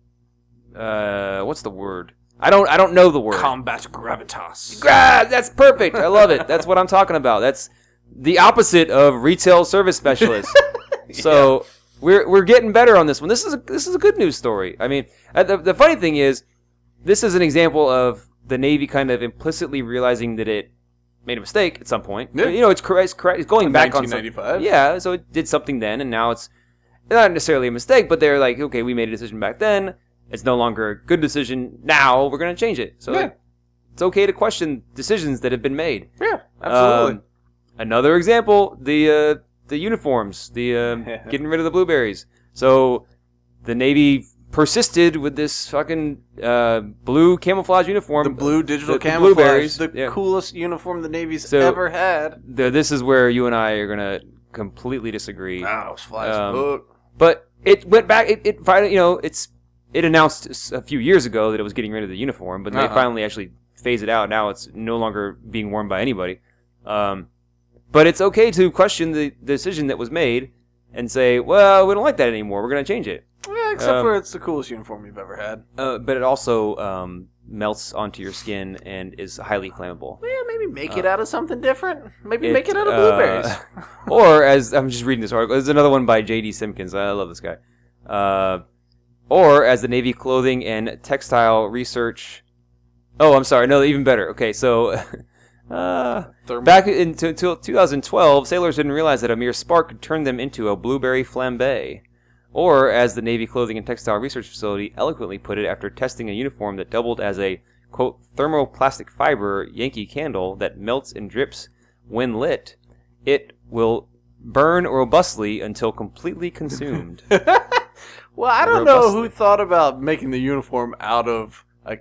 S2: uh, what's the word? I don't I don't know the word.
S1: Combat gravitas.
S2: Ah, that's perfect. I love it. That's what I'm talking about. That's the opposite of retail service (laughs) specialist. So we're we're getting better on this one. This is a, this is a good news story. I mean, uh, the, the funny thing is, this is an example of the Navy kind of implicitly realizing that it made a mistake at some point.
S1: Yeah.
S2: You know, it's correct. It's, correct, it's going back on some-
S1: 1995.
S2: yeah, so it did something then, and now it's not necessarily a mistake, but they're like, okay, we made a decision back then. It's no longer a good decision. Now we're gonna change it. So
S1: Yeah.
S2: like, it's okay to question decisions that have been made.
S1: yeah, absolutely.
S2: Um, another example: the uh, the uniforms,
S1: (laughs)
S2: the um, getting rid of the blueberries. So the Navy persisted with this fucking uh, blue camouflage uniform.
S1: the blue digital
S2: the- the
S1: camouflage,
S2: blueberries,
S1: the
S2: yeah.
S1: coolest uniform the Navy's
S2: So-
S1: ever had.
S2: The- this is where you and I are gonna completely disagree.
S1: Wow, it was fly as
S2: Um,
S1: fuck.
S2: But it went back. It, it finally, you know, it's it announced s- a few years ago that it was getting rid of the uniform, but they
S1: Uh-huh.
S2: finally actually phased it out. Now it's no longer being worn by anybody. Um, but it's okay to question the decision that was made and say, "Well, we don't like that anymore. We're going to change it."
S1: Yeah, except
S2: um,
S1: for it's the coolest uniform you've ever had.
S2: Uh, but it also um, melts onto your skin and is highly flammable.
S1: Yeah, maybe make it out of something different. Maybe
S2: it,
S1: make Uh, it out of
S2: uh, (laughs)
S1: blueberries. (laughs)
S2: or as I'm just reading this article, there's another one by J.D. Simpkins. I love this guy. Uh, or as the Navy Clothing and Textile Research. Oh, I'm sorry. No, even better. Okay, so (laughs) Uh,
S1: Thermal.
S2: back in t- till 2012, sailors didn't realize that a mere spark could turn them into a blueberry flambe. Or, as the Navy Clothing and Textile Research Facility eloquently put it after testing a uniform that doubled as a, quote, thermoplastic fiber Yankee candle that melts and drips when lit, it will burn robustly until
S1: (laughs)
S2: completely consumed.
S1: well, I don't know
S2: Robustly.
S1: who thought about making the uniform out of a,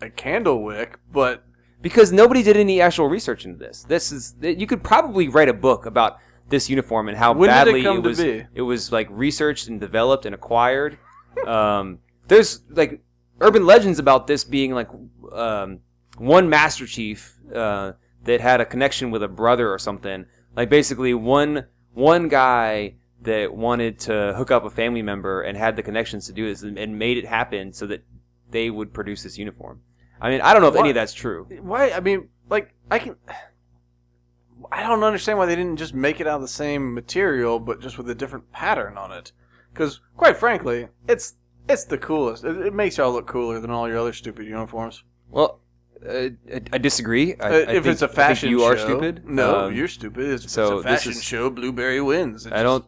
S1: a candle wick, but
S2: because nobody did any actual research into this. This is you could probably write a book about this uniform and how
S1: When did it
S2: badly
S1: come to
S2: was.
S1: be?
S2: It was like researched and developed and acquired. um, there's like urban legends about this being like um, one master chief uh, that had a connection with a brother or something. Like basically one one guy that wanted to hook up a family member and had the connections to do this and, and made it happen so that they would produce this uniform. I mean, I don't know if any of
S1: What?
S2: that's true.
S1: why? I mean, like, I can. I don't understand why they didn't just make it out of the same material, but just with a different pattern on it. Because, quite frankly, it's it's the coolest. It, it makes y'all look cooler than all your other stupid uniforms.
S2: Well, uh, I, I disagree. I,
S1: Uh,
S2: I
S1: if
S2: think-
S1: it's a
S2: I think
S1: fashion,
S2: you are
S1: show-
S2: stupid.
S1: No,
S2: Um,
S1: you're stupid. It's,
S2: so
S1: it's a
S2: this
S1: fashion
S2: is-
S1: show. Blueberry wins. It's
S2: I don't.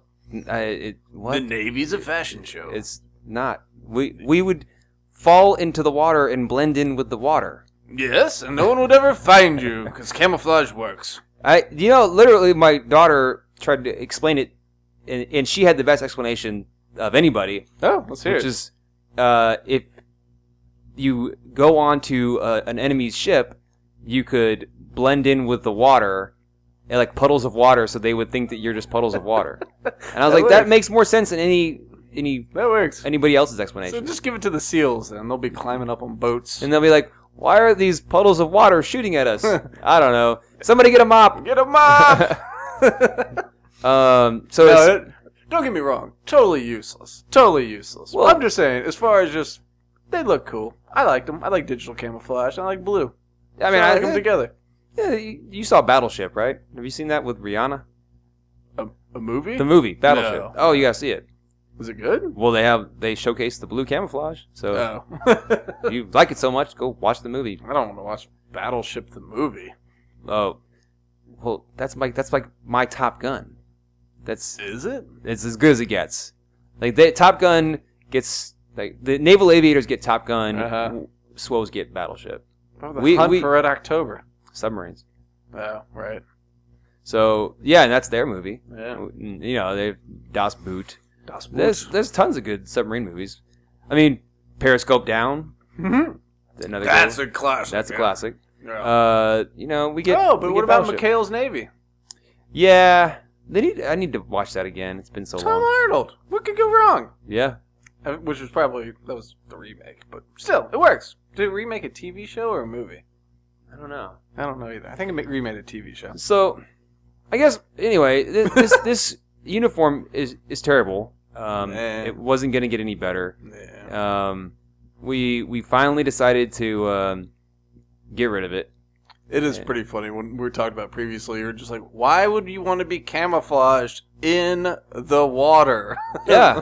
S2: I, it, what?
S1: Just, the Navy's a fashion show.
S2: It's not. We we would fall into the water and blend in with the water.
S1: yes, and no one would ever find you because camouflage works.
S2: I you know literally my daughter tried to explain it, and, and she had the best explanation of anybody,
S1: Oh, let's
S2: which is uh, if you go onto uh, an enemy's ship, you could blend in with the water, and, like puddles of water, so they would think that you're just puddles of
S1: (laughs)
S2: water. And I
S1: That
S2: was like, that
S1: works.
S2: makes more sense than any any
S1: that works.
S2: anybody else's
S1: So
S2: explanation.
S1: just give it to the seals, then they'll be climbing up on boats.
S2: and they'll be like, why are these puddles of water shooting
S1: (laughs)
S2: at us? I don't know. Somebody get a mop.
S1: Get a
S2: (laughs)
S1: mop.
S2: Um,
S1: (laughs)
S2: so
S1: No,
S2: it's,
S1: it- don't get me wrong. Totally useless. Totally useless. Well,
S2: Well-
S1: I'm just saying, as far as just they look cool. I liked them. I like digital camouflage. I like blue.
S2: I mean,
S1: So
S2: I,
S1: like them together.
S2: yeah, you you saw Battleship, right? Have you seen that with Rihanna?
S1: A, a movie?
S2: The movie Battleship.
S1: No.
S2: Oh, you gotta see it.
S1: Is it good?
S2: Well, they have they showcase the blue camouflage. So
S1: (laughs) Oh.
S2: if you like it so much, go watch the movie.
S1: I don't want to watch Battleship the movie.
S2: Oh, well, that's my that's like my Top Gun. That's
S1: Is it?
S2: it's as good as it gets. Like the Top Gun gets like the naval aviators get Top Gun,
S1: Uh-huh.
S2: w- SWOs get Battleship
S1: Oh, the
S2: We-
S1: Hunt
S2: we-
S1: for Red October.
S2: submarines.
S1: Oh, right.
S2: So yeah, and that's their movie.
S1: Yeah.
S2: You know they have Das Boot.
S1: Das Boot.
S2: There's there's tons of good submarine movies. I mean Periscope Down,
S1: Mhm.
S2: another
S1: That's
S2: good
S1: a classic.
S2: one. uh, that's a
S1: yeah.
S2: classic.
S1: Yeah.
S2: Uh, you know we get
S1: oh, but
S2: we
S1: what
S2: get
S1: about
S2: Battleship.
S1: McHale's Navy?
S2: Yeah, they need. I need to watch that again. It's been so
S1: Tom
S2: long.
S1: Arnold. What could go wrong?
S2: Yeah,
S1: Uh, Which was probably that was the remake, but still, it works. Did it remake a TV show or a movie?
S2: I don't know.
S1: I don't know either. I think it ma- remade a TV show.
S2: So, I guess anyway,
S1: (laughs)
S2: this this, this uniform is is terrible. Um,
S1: Man.
S2: it wasn't gonna get any better.
S1: Yeah.
S2: Um, we we finally decided to um, get
S1: (laughs)
S2: rid of it.
S1: It is pretty funny when we were talking about previously. You were just like, why would you want to be camouflaged in the water?
S2: (laughs) Yeah.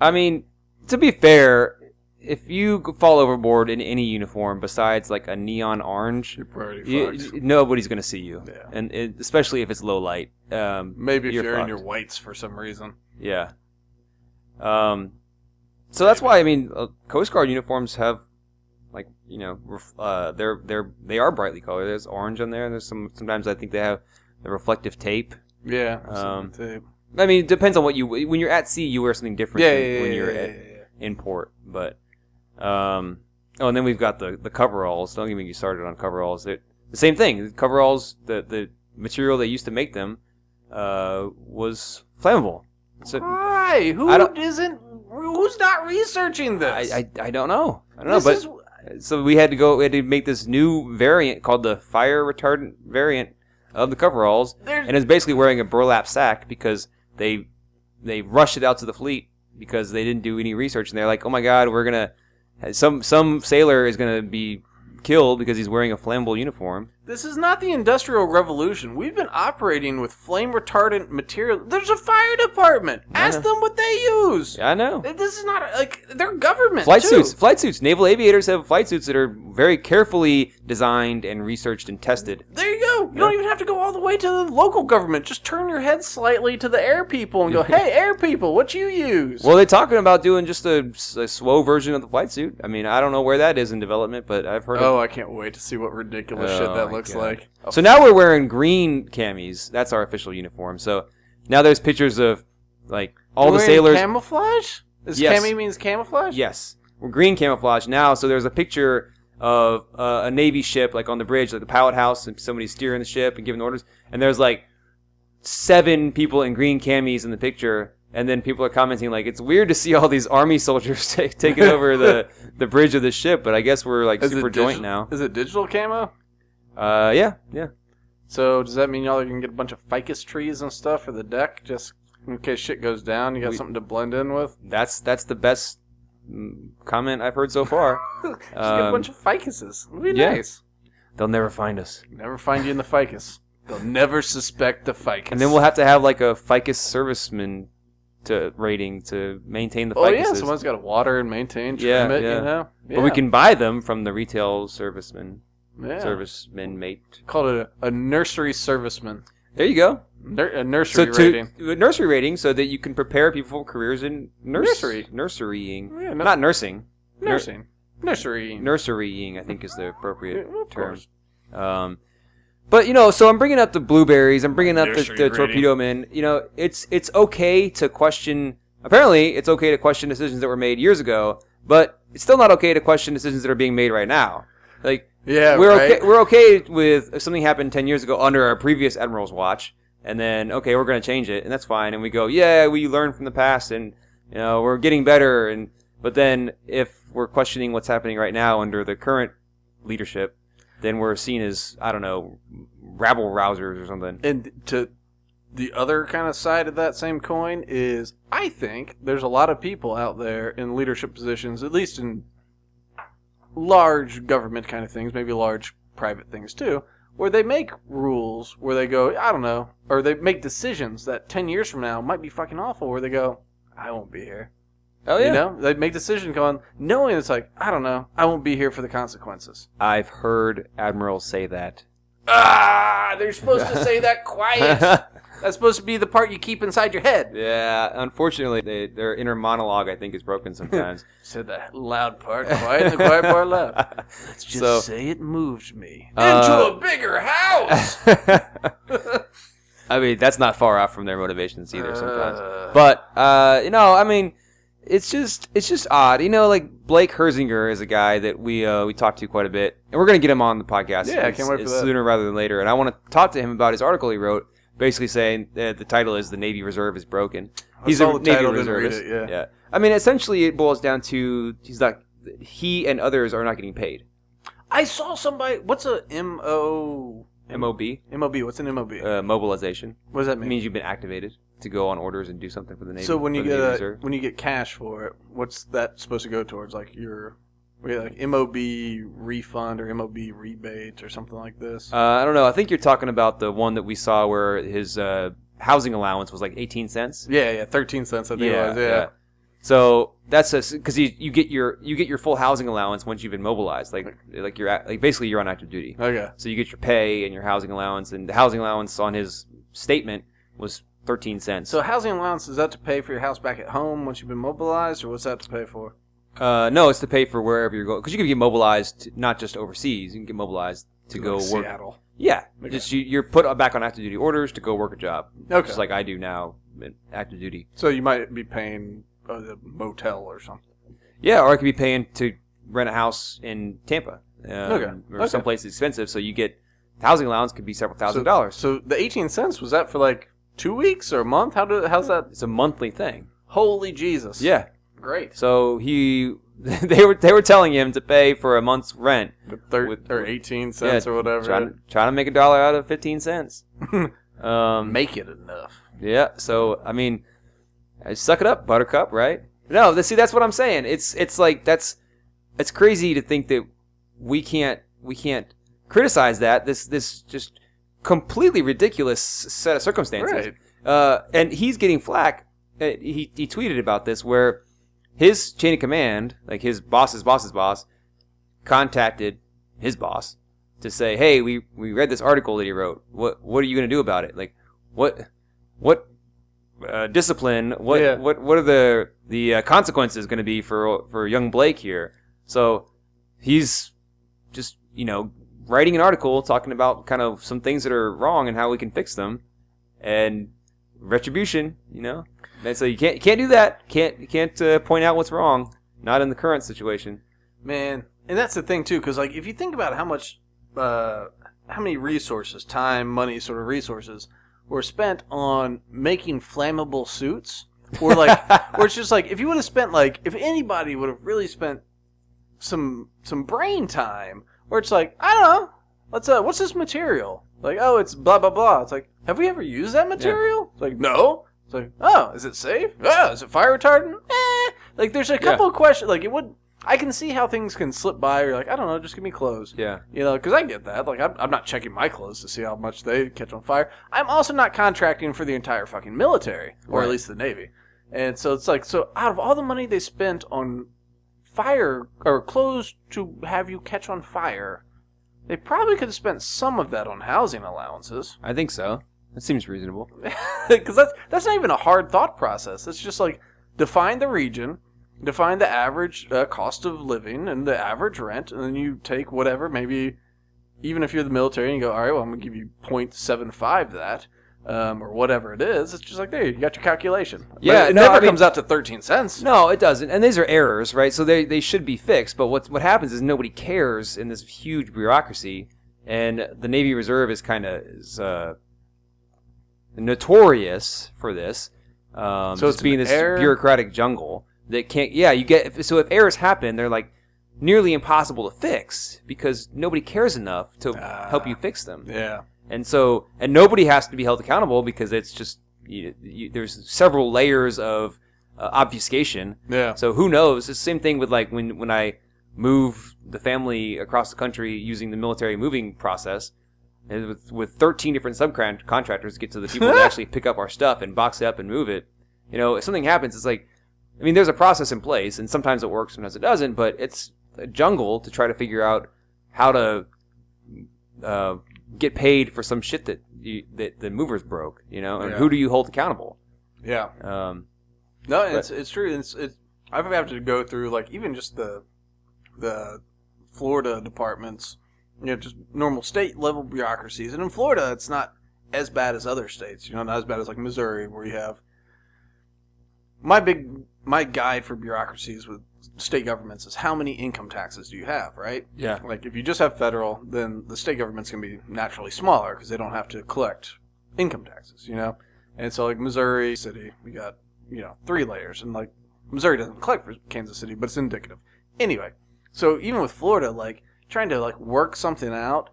S2: I mean, to be fair, if you g- fall overboard in any uniform besides like a neon orange,
S1: You're pretty
S2: you,
S1: fucked.
S2: you- nobody's gonna see you,
S1: Yeah.
S2: and it, especially if it's low light. Um,
S1: Maybe if
S2: you're
S1: you're, in
S2: fucked.
S1: your whites for some reason.
S2: Yeah. Um, so that's why I mean, uh, Coast Guard uniforms have, like, you know, ref- uh, they're they're they are brightly colored. There's orange on there. There's some. Sometimes I think they have the reflective tape.
S1: Yeah.
S2: Um,
S1: yeah,
S2: I mean, it depends on what you when you're at sea, you wear something different.
S1: yeah,
S2: than
S1: yeah,
S2: when
S1: yeah,
S2: you're
S1: yeah,
S2: at,
S1: yeah, yeah.
S2: in port, but um, oh, and then we've got the the coveralls. Don't even get me started on coveralls. They're, the same thing. The coveralls, the the material they used to make them, uh, was flammable. So
S1: Why?
S2: I
S1: Who
S2: don't-
S1: isn't? Who's not researching
S2: I,
S1: this?
S2: I, I don't know. I don't know,
S1: This
S2: but
S1: is-
S2: so we had to go. We had to make this new variant called the fire retardant variant of the coveralls,
S1: there's,
S2: and it's basically wearing a burlap sack because they they rushed it out to the fleet because they didn't do any research, and they're like, oh my god, we're gonna some some sailor is gonna be killed because he's wearing a flammable uniform.
S1: This is not the Industrial Revolution. We've been operating with flame retardant material. There's a fire department.
S2: I
S1: Ask
S2: know.
S1: them what they use.
S2: I know.
S1: This is not like they're government.
S2: Flight
S1: too.
S2: suits, flight suits. Naval aviators have flight suits that are very carefully designed and researched and tested.
S1: There you go. You don't even have to go all the way to the local government. Just turn your head slightly to the air people
S2: (laughs)
S1: and go, "Hey, air people, what you use?"
S2: Well, they're talking about doing just a, a slow version of the flight suit. I mean, I don't know where that is in development, but I've heard. of
S1: oh, I can't wait to see what ridiculous shit
S2: Oh,
S1: that
S2: my
S1: looks
S2: God.
S1: like.
S2: So now we're wearing green camis. That's our official uniform. So now there's pictures of like all the
S1: Wearing
S2: sailors.
S1: camouflage. Is
S2: Yes.
S1: cami means camouflage?
S2: yes, we're green camouflage now. So there's a picture of uh, a navy ship like on the bridge, like the pilot house, and somebody's steering the ship and giving orders. And there's like seven people in green camis in the picture. And then people are commenting like it's weird to see all these army (laughs) soldiers ta- taking
S1: (laughs)
S2: over the, the bridge of the ship, but I guess we're like
S1: Is it
S2: super joint
S1: digi-
S2: now.
S1: Is it digital camo?
S2: Uh, yeah, yeah.
S1: So does that mean y'all are gonna get a bunch of ficus trees and stuff for the deck, just in case shit goes down? You got
S2: We-
S1: something to blend in with.
S2: That's that's the best mm, comment I've heard
S1: (laughs)
S2: so far.
S1: just get a
S2: Um,
S1: bunch of ficuses. It'd be
S2: yeah.
S1: nice.
S2: They'll never find us.
S1: Never find you in the ficus. They'll never suspect the ficus.
S2: And then we'll have to have like a ficus serviceman to rating to maintain the
S1: Oh
S2: ficuses.
S1: yeah, someone's got to water and maintain, trim
S2: Yeah,
S1: it,
S2: yeah.
S1: you know. Yeah.
S2: But we can buy them from the retail serviceman
S1: yeah.
S2: serviceman mate.
S1: call it a, a nursery serviceman,
S2: There you go.
S1: Nur- a nursery
S2: so to
S1: rating.
S2: nursery rating, so that you can prepare people for careers in nurse,
S1: Nursery. Oh,
S2: nurserying,
S1: Yeah, no-
S2: not nursing, nur-
S1: nursing, nursery,
S2: nurserying. I think is the appropriate
S1: Yeah, of
S2: term.
S1: course.
S2: Um, but you know, so I'm bringing up the blueberries. I'm bringing up the,
S1: Nursery
S2: the
S1: rating.
S2: torpedo men. You know, it's it's okay to question. Apparently, it's okay to question decisions that were made years ago, but it's still not okay to question decisions that are being made right now. Like
S1: Yeah,
S2: we're
S1: right?
S2: okay. We're okay with if something happened ten years ago under our previous admiral's watch, and then okay, we're going to change it, and that's fine. And we go, yeah, we learned from the past, and you know, we're getting better. And but then if we're questioning what's happening right now under the current leadership, then we're seen as I don't know, rabble rousers or something.
S1: And to the other kind of side of that same coin is, I think there's a lot of people out there in leadership positions, at least in large government kind of things, maybe large private things too, where they make rules where they go, I don't know, or they make decisions that 10 years from now might be fucking awful, where they go, I won't be here.
S2: Oh
S1: You know, they make decisions going, knowing it's like, I don't know, I won't be here for the consequences.
S2: I've heard admirals say that.
S1: Ah, they're supposed to say (laughs) that quiet.
S2: (laughs) yeah,
S1: That's supposed to be the part you keep inside your head.
S2: unfortunately, they, their inner monologue I think is broken sometimes.
S1: Said the loud part quiet, and the quiet part
S2: (laughs)
S1: loud. Let's just
S2: So-
S1: say it moved me
S2: Uh,
S1: into a bigger
S2: (laughs)
S1: house.
S2: I mean, that's not far off from their motivations either sometimes.
S1: Uh,
S2: But uh, you know, I mean, it's just it's just odd. You know, like Blake Herzinger is a guy that we uh, we talked to quite a bit, and we're gonna get him on the podcast.
S1: Yeah, I can't
S2: s-
S1: wait for that.
S2: sooner rather than later. And I want to talk to him about his article he wrote, basically saying that the title is "The Navy Reserve is Broken." He's
S1: saw
S2: a
S1: the
S2: Navy
S1: title, didn't read
S2: reservist.
S1: it, yeah.
S2: I mean, essentially, it boils down to he's not he and others are not getting paid.
S1: I saw somebody. What's a M O
S2: Mob
S1: M O B? What's an M O B?
S2: uh, mobilization.
S1: What does that
S2: It
S1: mean?
S2: means you've been activated to go on orders and do something for the Navy.
S1: so when you
S2: for the
S1: get
S2: Navy
S1: a,
S2: Reserve.
S1: when you get cash for it, what's that supposed to go towards? Like your we like M O B refund or M O B rebate or something like this.
S2: uh, I don't know. I think you're talking about the one that we saw where his uh, housing allowance was like 18 cents.
S1: yeah, yeah, thirteen cents. I think it was. yeah.
S2: So that's because you, you get your you get your full housing allowance once you've been mobilized. Like like you're at, like basically you're on active duty.
S1: Okay.
S2: So you get your pay and your housing allowance, and the housing allowance on his statement was 13 cents.
S1: So housing allowance is that to pay for your house back at home once you've been mobilized, or what's that to pay for?
S2: Uh, no, it's to pay for wherever you're going because you can get mobilized not just overseas. You can get mobilized to go
S1: Like
S2: work.
S1: Seattle.
S2: Yeah,
S1: Okay.
S2: just you, you're put back on active duty orders to go work a job,
S1: Okay.
S2: just like I do now, in active duty.
S1: so you might be paying uh, the motel or something.
S2: Yeah, or I could be paying to rent a house in Tampa, um,
S1: Okay.
S2: or
S1: Okay.
S2: someplace expensive. So you get housing allowance could be several thousand dollars.
S1: So the eighteen cents was that for like two weeks or a month? How do how's that?
S2: It's a monthly thing.
S1: Holy Jesus!
S2: Yeah.
S1: Great.
S2: So he, (laughs) they were they were telling him to pay for a month's rent.
S1: The thir-
S2: With-
S1: or eighteen cents
S2: Yeah,
S1: or whatever.
S2: Trying to, trying to make a dollar out of
S1: (laughs)
S2: fifteen cents. um,
S1: Make it enough.
S2: Yeah. So I mean, uh, suck it up, Buttercup. Right? No. th- See, that's what I'm saying. It's it's like that's it's crazy to think that we can't we can't criticize that this this just completely ridiculous set of circumstances.
S1: Right.
S2: Uh, and he's getting flack. Uh, He he tweeted about this where his chain of command, like his boss's boss's boss, contacted his boss to say, "Hey, we we read this article that he wrote. What what are you going to do about it? Like what what uh, discipline? What
S1: Yeah.
S2: what what are the the uh, consequences going to be for for young Blake here?" So he's just you know writing an article talking about kind of some things that are wrong and how we can fix them and retribution you know and so you can't you can't do that can't you can't uh, point out what's wrong not in the current situation
S1: Man, and that's the thing too, because like if you think about how much, uh, how many resources, time, money, sort of resources, were spent on making flammable suits, or like, or it's just like if you would have spent like if anybody would have really spent some some brain time, where it's like I don't know, let's uh, what's this material? Like oh, it's blah blah blah. It's like have we ever used that material? It's like no. It's like oh, is it safe? Oh, is it fire retardant? Eh. Like there's a couple of questions. Like it would. I can see how things can slip by. You're like, I don't know, just give me clothes.
S2: yeah
S1: You know, because I get that. Like, I'm, I'm not checking my clothes to see how much they catch on fire. I'm also not contracting for the entire fucking military, or
S2: Right.
S1: at least the Navy. And so it's like, so out of all the money they spent on fire or clothes to have you catch on fire, they probably could have spent some of that on housing allowances.
S2: i think so that seems reasonable
S1: (laughs) Because that's, that's not even a hard thought process. It's just like define the region, define the average uh, cost of living and the average rent, and then you take whatever, maybe even if you're the military and you go, all right, well, I'm going to give you 0.75 that. Um, or whatever it is, it's just like there you got your calculation. But
S2: Yeah,
S1: it
S2: no,
S1: never
S2: I mean-
S1: comes out to thirteen cents.
S2: no it doesn't and these are errors right so they, they should be fixed but what's, what happens is nobody cares in this huge bureaucracy and the navy reserve is kind of is, uh, notorious for this um,
S1: So
S2: just
S1: it's
S2: being
S1: an
S2: this
S1: error?
S2: bureaucratic jungle that can't yeah you get if- so if errors happen they're like nearly impossible to fix because nobody cares enough to
S1: Ah.
S2: help you fix them
S1: Yeah,
S2: and so and nobody has to be held accountable because it's just you, you, there's several layers of uh, obfuscation
S1: yeah,
S2: so who knows? It's the same thing with like when when I move the family across the country using the military moving process, and with with thirteen different subcontractors get to the people that actually pick up our stuff and box it up and move it. You know, if something happens, it's like, I mean, there's a process in place, and sometimes it works, sometimes it doesn't, but it's a jungle to try to figure out how to uh, get paid for some shit that you, that the movers broke. You know, and
S1: Yeah.
S2: who do you hold accountable?
S1: yeah.
S2: Um,
S1: No, and it's it's true. It's it's I've had to go through like even just the the Florida departments, you know, just normal state level bureaucracies. And in Florida, it's not as bad as other states. You know, not as bad as like Missouri, where you have my big my guide for bureaucracies with state governments is how many income taxes do you have, right?
S2: yeah,
S1: Like if you just have federal, then the state government's gonna be naturally smaller because they don't have to collect income taxes, you know. And so like Missouri City, we got you know three layers, and like Missouri doesn't collect for Kansas City, but it's indicative. Anyway, so even with Florida, like trying to like work something out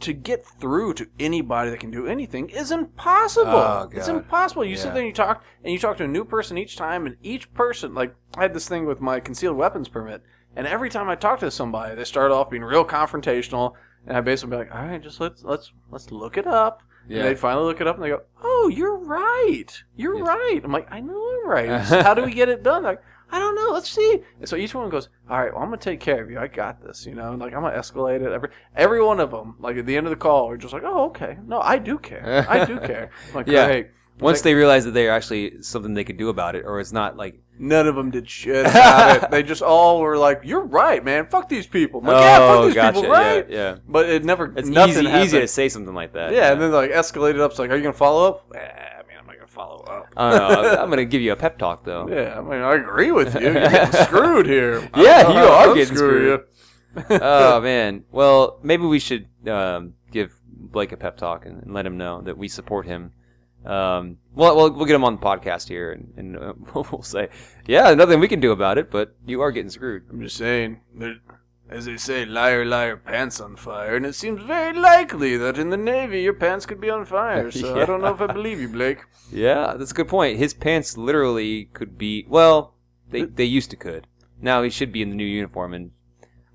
S1: to get through to anybody that can do anything is impossible.
S2: Oh,
S1: it's
S2: God.
S1: impossible. You sit
S2: Yeah.
S1: there and you talk, and you talk to a new person each time, and each person, like I had this thing with my concealed weapons permit, and every time I talked to somebody, they started off being real confrontational, and I basically be like, all right, just let's let's let's look it up. And they finally look it up and they go, "Oh, you're right. You're
S2: Yes.
S1: right." I'm like, "I know I'm
S2: (laughs)
S1: right. So How do we get it done?" They're Like, I don't know. Let's see. And so each one goes, "All right, well, I'm gonna take care of you. I got this." You know, and like I'm gonna escalate it. Every every one of them, like at the end of the call, are just like, "Oh, okay. No, I do care. I
S2: (laughs)
S1: do care." I'm like,
S2: Yeah.
S1: yeah. Great.
S2: Once
S1: Like-
S2: they realize that they're actually something they could do about it, or it's not like,
S1: None of them did shit about it.
S2: (laughs)
S1: They just all were like, "You're right, man. Fuck these people." I'm like, yeah, fuck these people, right?
S2: Oh, yeah, yeah.
S1: But it never.
S2: It's
S1: nothing
S2: easy,
S1: happened.
S2: easy to say something like that.
S1: Yeah, and then like escalated up. It's like, "Are you gonna follow up?" Eh, I mean, I'm not gonna follow up.
S2: I don't know. I'm gonna give you a pep talk
S1: (laughs)
S2: though.
S1: Yeah, I mean, I agree with you. You're
S2: (laughs)
S1: getting screwed here. I
S2: Oh. Yeah,
S1: don't know
S2: you
S1: how
S2: are
S1: I'm
S2: getting
S1: screwing
S2: oh man. Well, maybe we should um, give Blake a pep talk and, and let him know that we support him. Um, well, we'll we'll get him on the podcast here, and, and uh, (laughs) we'll say, yeah, nothing we can do about it, but you are getting screwed.
S1: I'm just saying, there- as they say, liar, liar, pants on fire, and it seems very likely that in the Navy your pants could be on
S2: (laughs)
S1: fire, so I don't know if I believe you, Blake.
S2: Yeah, that's a good point. His pants literally could be well, they they used to could. Now he should be in the new uniform and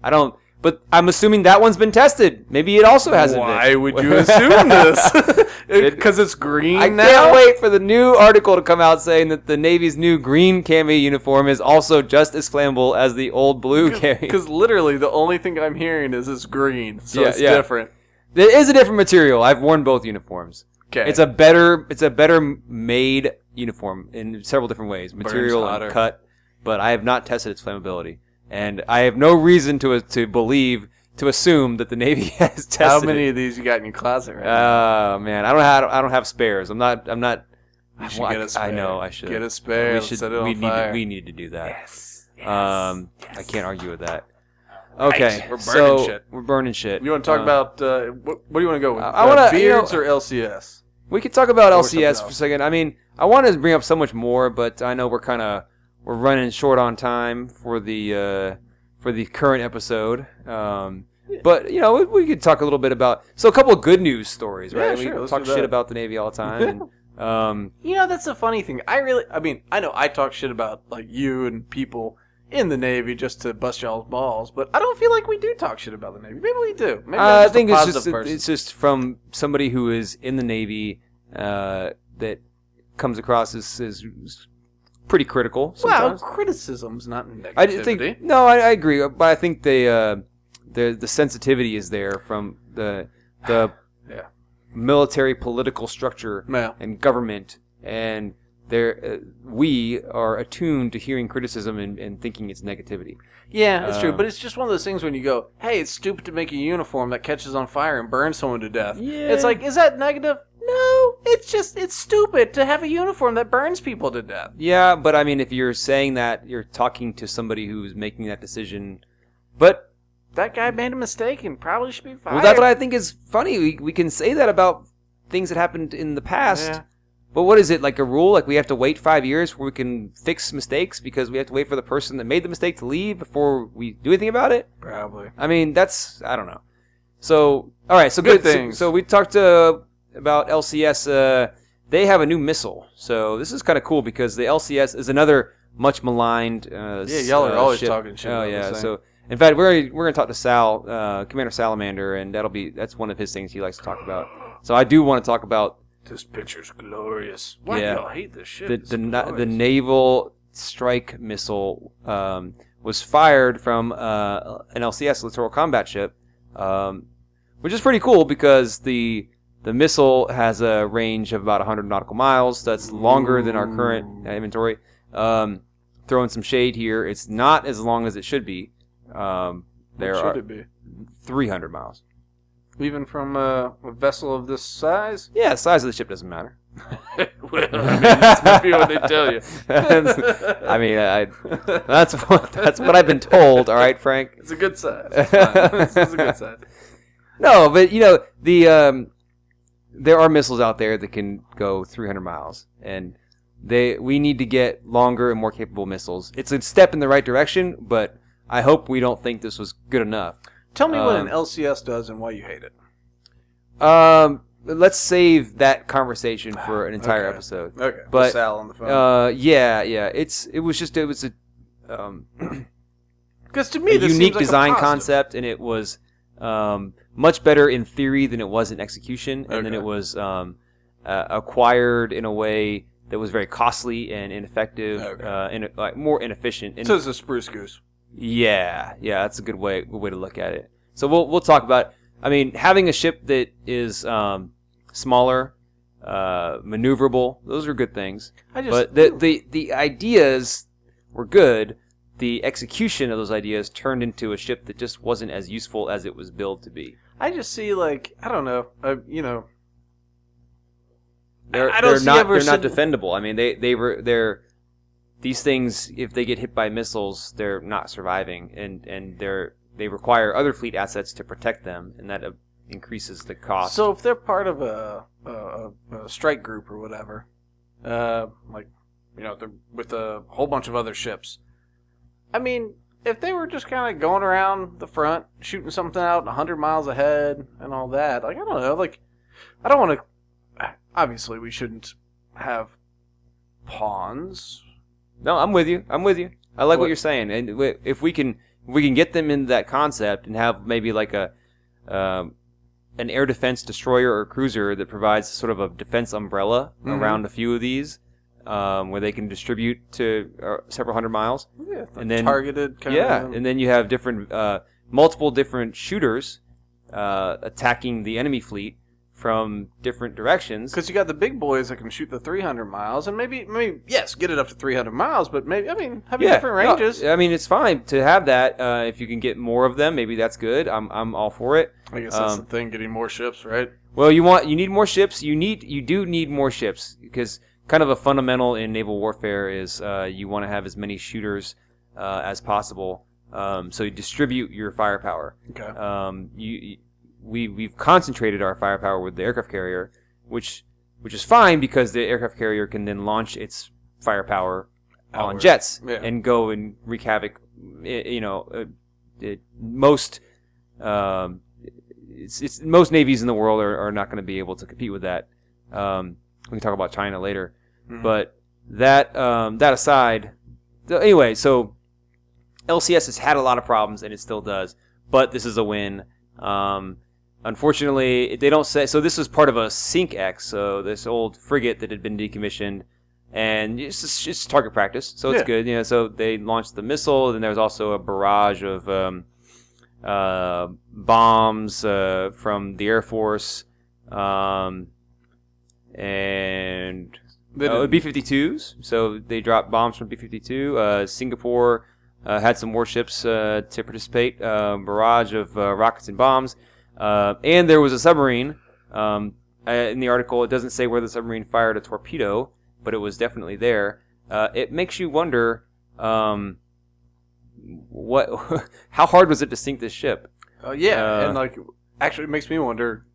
S2: I don't But I'm assuming that one's been tested. Maybe it also hasn't. been.
S1: Why would (laughs)
S2: (laughs)
S1: you assume this?
S2: It-
S1: Because it's green
S2: I
S1: now.
S2: can't wait for the new article to come out saying that the Navy's new green cami uniform is also just as flammable as the old
S1: (laughs)
S2: blue cami.
S1: Because literally, the only thing I'm hearing is it's green, so
S2: Yeah,
S1: it's
S2: yeah.
S1: different.
S2: It is a different material. I've worn both uniforms.
S1: Okay,
S2: It's a better it's a better made uniform in several different ways, material
S1: hotter.
S2: and cut, but I have not tested its flammability. And I have no reason to to believe to assume that the Navy (laughs) has tested
S1: how
S2: it.
S1: many of these you got in your closet right now?
S2: Oh man, I don't have I don't have spares. I'm not I'm not
S1: You should
S2: well, I-
S1: get a spare.
S2: I know I should.
S1: get a spare.
S2: We
S1: let's
S2: should
S1: set it on
S2: we need
S1: fire.
S2: to, we need to do that.
S1: yes.
S2: Um, I can't argue with that. Okay,
S1: We're burning
S2: so
S1: shit.
S2: We're burning shit.
S1: You want to talk
S2: Uh,
S1: about uh, what, what do you want to go with?
S2: I- I wanna-
S1: uh,
S2: you
S1: beards
S2: know-
S1: or LCS?
S2: We could talk about
S1: Or something
S2: LCS for a
S1: else.
S2: second. I mean, I wanted to bring up so much more, but I know we're kind of we're running short on time for the uh, for the current episode. Um, but you know, we, we could talk a little bit about so a couple of good news stories,
S1: Yeah,
S2: right?
S1: sure,
S2: we
S1: let's
S2: talk
S1: do that.
S2: shit about the Navy all the
S1: (laughs)
S2: time. And, um,
S1: You know, that's the funny thing. I really, I mean, I know I talk shit about like you and people in the Navy just to bust y'all's balls, but I don't feel like we do talk shit about the Navy. Maybe we do. Maybe I'm
S2: Uh, I
S1: just
S2: think
S1: a
S2: it's
S1: positive
S2: just
S1: person.
S2: it's just from somebody who is in the Navy uh, that comes across as, as pretty critical. Sometimes.
S1: Wow, criticism's not negativity.
S2: I do think no, I, I agree, but I think they uh, the the sensitivity is there from the the
S1: Yeah.
S2: military political structure
S1: Yeah.
S2: and government and. There, uh, we are attuned to hearing criticism and, and thinking it's negativity.
S1: Yeah, it's true.
S2: Um,
S1: But it's just one of those things when you go, hey, it's stupid to make a uniform that catches on fire and burns someone to death.
S2: Yeah.
S1: It's like, is that negative? No, it's just, it's stupid to have a uniform that burns people to death.
S2: Yeah, but I mean, if you're saying that, you're talking to somebody who's making that decision. But
S1: That guy made a mistake and probably should be fired.
S2: well, that's what I think is funny. We, we can say that about things that happened in the past.
S1: Yeah.
S2: But what is it like a rule? Like we have to wait five years before we can fix mistakes because we have to wait for the person that made the mistake to leave before we do anything about it.
S1: Probably.
S2: I mean, that's I don't know. So all right, so good,
S1: Good
S2: so-
S1: things.
S2: So, we talked uh, about LCS. Uh, they have a new missile, so this is kind of cool because the LCS is another much maligned. Uh,
S1: Yeah, y'all are
S2: uh,
S1: always talking shit
S2: Oh
S1: about this
S2: yeah.
S1: thing.
S2: So in fact, we're we're gonna talk to Sal, uh, Commander Salamander, and that'll be that's one of his things he likes to talk about. So I do want to talk about
S1: This picture's glorious. Why
S2: Yeah.
S1: do y'all hate this shit?
S2: the
S1: It's
S2: the, na- the
S1: glorious.
S2: naval strike missile um, was fired from uh, an LCS littoral combat ship, um, which is pretty cool because the the missile has a range of about 100 nautical miles. That's longer than our current uh, inventory. Um, throwing some shade here, it's not as long as it should be. Um,
S1: What
S2: there
S1: should
S2: are
S1: it be?
S2: 300 miles.
S1: Even from uh, a vessel of this
S2: (laughs)
S1: size? (laughs)
S2: Yeah, the size of the ship doesn't matter. (laughs)
S1: well, I mean, that's maybe what they tell you. (laughs)
S2: I mean, I, that's what that's what I've been told. All right, Frank.
S1: It's a good size. It's
S2: (laughs)
S1: fine. This is a good size.
S2: No, but you know the um, there are missiles out there that can go 300 miles, and they we need to get longer and more capable missiles. It's a step in the right direction, but I hope we don't think this was good enough.
S1: Tell me what
S2: Um,
S1: an LCS does and why you hate it.
S2: Um, let's save that conversation for an entire
S1: Okay.
S2: episode.
S1: Okay.
S2: But,
S1: Sal on the phone.
S2: Uh, yeah, yeah. It's it was just it was a um,
S1: Because to
S2: a
S1: me, this
S2: unique
S1: seems like a
S2: design
S1: positive.
S2: concept, and it was um, much better in theory than it was in execution, and then
S1: Okay.
S2: it was um, uh, acquired in a way that was very costly and ineffective,
S1: Okay.
S2: uh, and like more inefficient. And
S1: So it's a spruce goose.
S2: yeah, yeah, that's a good way good way to look at it. So we'll we'll talk about. I mean, having a ship that is um, smaller, uh, maneuverable, those are good things.
S1: I just
S2: But the, the the ideas were good. The execution of those ideas turned into a ship that just wasn't as useful as it was billed to be.
S1: I just see like I don't know. Uh, you know,
S2: They're,
S1: I don't
S2: they're
S1: see
S2: not
S1: ever
S2: they're not
S1: sitting-
S2: defendable. I mean, they they were they're these things if they get hit by missiles, they're not surviving, and and they're they require other fleet assets to protect them, and that uh, increases the cost.
S1: so if they're part of a a, a, a strike group or whatever, uh, like you know, they're with a whole bunch of other ships. I mean, if they were just kind of going around the front, shooting something out 100 miles ahead and all that, like I don't know, like I don't want to. Obviously, we shouldn't have pawns
S2: no, I'm with you. I'm with you. I like what,
S1: What-
S2: you're saying, and w- if we can we can get them into that concept and have maybe like a um, an air defense destroyer or cruiser that provides sort of a defense umbrella
S1: Mhm.
S2: around a few of these, um, where they can distribute to uh, several hundred miles.
S1: Yeah,
S2: And then-
S1: targeted kind
S2: yeah,
S1: of.
S2: and then you have different, uh, multiple different shooters uh, attacking the enemy fleet from different directions.
S1: Because you got the big boys that can shoot the 300 miles, and maybe, maybe yes, get it up to 300 miles, but maybe I mean have different
S2: no,
S1: ranges.
S2: I mean, it's fine to have that. Uh, if you can get more of them, maybe that's good. I'm, I'm all for it.
S1: I guess that's
S2: Um,
S1: the thing, getting more ships, right?
S2: Well, you want you need more ships. You need you do need more ships because kind of a fundamental in naval warfare is uh, you want to have as many shooters uh, as possible. Um, so you distribute your firepower.
S1: Okay.
S2: Um, you, you- we we've concentrated our firepower with the aircraft carrier, which which is fine because the aircraft carrier can then launch its firepower on
S1: Outward.
S2: jets
S1: Yeah.
S2: and go and wreak havoc. i- You know, uh, it, most um, it's, it's most navies in the world are, are not going to be able to compete with that. Um, we can talk about China later,
S1: Mhm.
S2: but that um, that aside, th- anyway, so LCS has had a lot of problems and it still does, but this is a win. Um, unfortunately, they don't say so. This was part of a Sync X, so this old frigate that had been decommissioned, and it's just, it's target practice, so it's
S1: Yeah.
S2: good. You know, so they launched the missile, and there was also a barrage of um, uh, bombs uh, from the Air Force. Um, and
S1: They
S2: uh,
S1: didn't-
S2: B 52s. So they dropped bombs from B 52. Uh, Singapore uh, had some warships uh, to participate, uh, barrage of uh, rockets and bombs. Uh, and there was a submarine. Um, uh, in the article, it doesn't say where the submarine fired a torpedo, but it was definitely there. Uh, it makes you wonder um, what, (laughs) how hard was it to sink this ship?
S1: Oh yeah,
S2: Uh,
S1: and like actually, it makes me wonder: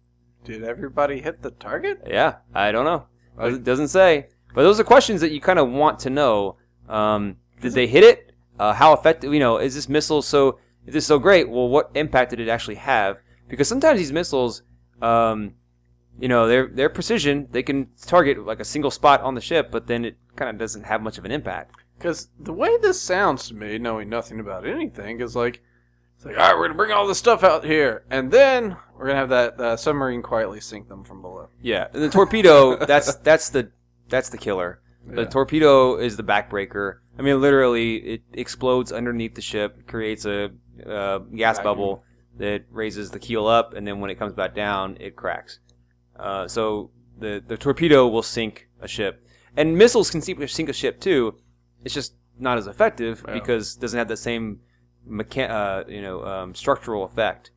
S1: Did everybody hit the target?
S2: Yeah, I don't know.
S1: Like-
S2: It doesn't say. But those are questions that you kind of want to know. Um, did they hit it? Uh, how effective? You know, is this missile so? Is this so great? Well, what impact did it actually have? Because sometimes these missiles, um, you know, their their precision, they can target like a single spot on the ship, but then it kind of doesn't have much of an impact.
S1: Because the way this sounds to me, knowing nothing about anything, is like it's like all right, we're gonna bring all this stuff out here, and then we're gonna have that uh, submarine quietly sink them from below.
S2: Yeah, and the torpedo, (laughs) that's that's the that's the killer. The
S1: Yeah.
S2: torpedo is the backbreaker. I mean, literally, it explodes underneath the ship, creates a uh, gas
S1: Vacuum.
S2: bubble that raises the keel up, and then when it comes back down, it cracks. Uh, so the the torpedo will sink a ship, and missiles can sink sink a ship too. It's just not as effective
S1: Yeah.
S2: because it doesn't have that same mechan- uh, you know um, structural effect.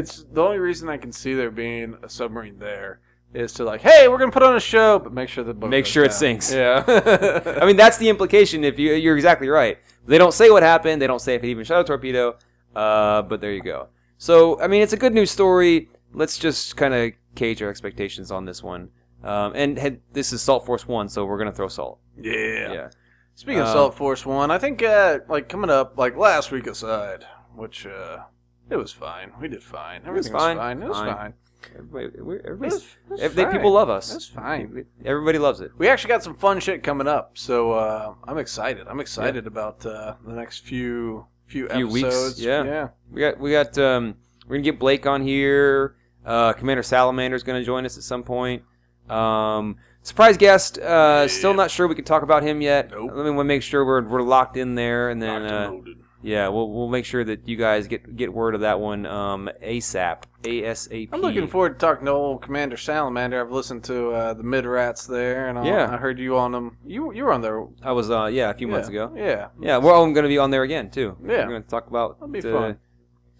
S1: It's the only reason I can see there being a submarine there is to like, hey, we're gonna put on a show, but make sure the boat
S2: Make
S1: goes
S2: sure it
S1: down.
S2: sinks.
S1: Yeah.
S2: (laughs) I mean, that's the implication. If you, you're exactly right, they don't say what happened. They don't say if it even shot a torpedo. Uh, but there you go. So I mean, it's a good news story. Let's just kind of cage our expectations on this one. Um, and had, this is Salt Force One, so we're gonna throw salt.
S1: yeah.
S2: yeah.
S1: Speaking of
S2: Um,
S1: Salt Force One, I think uh, like coming up, like last week aside, which uh, it was fine. We did fine.
S2: was
S1: Everything
S2: fine.
S1: was fine. It was
S2: Fine.
S1: fine.
S2: Everybody, we're-
S1: It was,
S2: everybody's-
S1: it was
S2: ev- they-
S1: fine.
S2: people love
S1: It was
S2: us.
S1: fine.
S2: Everybody loves it.
S1: We actually got some fun shit coming up, so uh, I'm excited. I'm excited about uh, the next few few,
S2: Few weeks,
S1: episodes.
S2: yeah.
S1: yeah.
S2: We got we got um, we're gonna get Blake on here. Uh, Commander Salamander's gonna join us at some point. Um, surprise guest. Uh, Still
S1: Yeah.
S2: not sure we can talk about him yet.
S1: Nope.
S2: Let me wanna make sure we're we're locked in there, and then
S1: Locked
S2: uh,
S1: and loaded.
S2: yeah, we'll we'll make sure that you guys get get word of that one um, ASAP. ASAP.
S1: I'm looking forward to talking to old Commander Salamander. I've listened to uh, the Mid Rats there, and all,
S2: Yeah.
S1: I heard you on them. You you were on there a
S2: I was uh yeah a few
S1: yeah,
S2: months ago.
S1: Yeah,
S2: Yeah, we're all gonna be on there again too.
S1: Yeah.
S2: we're gonna talk about
S1: That'll be
S2: uh,
S1: fun.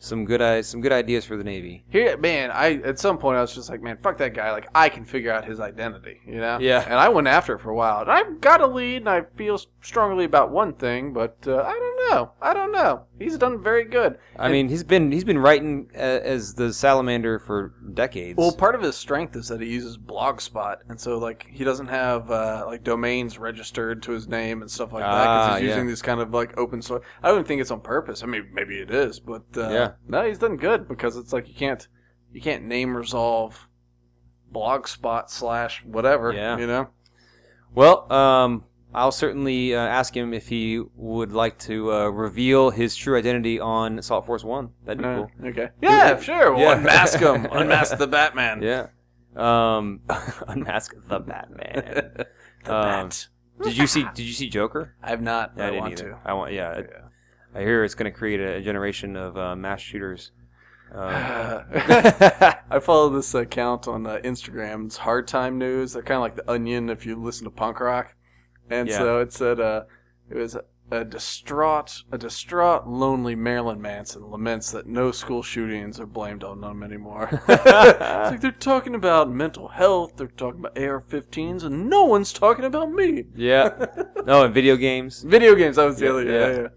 S2: some good i some good ideas for the Navy.
S1: Here, man, I at some point I was just like, man, fuck that guy. Like I can figure out his identity, you know.
S2: Yeah.
S1: And I went after it for a while. And I've got a lead, and I feel strongly about one thing, but uh, I don't know. I don't know. He's done very good.
S2: I
S1: And-
S2: mean, he's been he's been writing uh, as the Salamander for decades.
S1: Well, part of his strength is that he uses Blogspot, and so like he doesn't have uh, like domains registered to his name and stuff like that
S2: Ah,
S1: because he's
S2: yeah.
S1: using these kind of like open source. I don't even think it's on purpose. I mean, maybe it is, but uh,
S2: Yeah.
S1: no, he's done good because it's like you can't you can't name resolve Blogspot slash whatever.
S2: Yeah.
S1: you know.
S2: Well, um, I'll certainly uh, ask him if he would like to uh, reveal his true identity on Assault Force One. That'd be
S1: Uh,
S2: cool.
S1: Okay. Yeah,
S2: Yeah.
S1: sure. We'll
S2: Yeah.
S1: unmask him.
S2: (laughs)
S1: Unmask the Batman.
S2: Yeah. Um, (laughs) unmask the Batman.
S1: (laughs) The
S2: Um,
S1: Bat.
S2: did you see? Did you see Joker?
S1: I have not. but (laughs) I,
S2: didn't
S1: want
S2: either.
S1: to.
S2: I want. Yeah. I- I hear it's going to create a, a generation of uh, mass shooters.
S1: (laughs)
S2: Um, (laughs)
S1: I follow this account on uh, Instagram. It's Hard Time News. They're kind of like the Onion if you listen to punk rock. And
S2: Yeah.
S1: so it said, uh, it was a distraught, a distraught, lonely Marilyn Manson laments that no school shootings are blamed on them anymore. (laughs) it's like they're talking about mental health. They're talking about AR-15s, and no one's talking about me. (laughs)
S2: yeah. No, and video games. (sighs)
S1: Video games. That was the
S2: Yeah,
S1: other.
S2: yeah.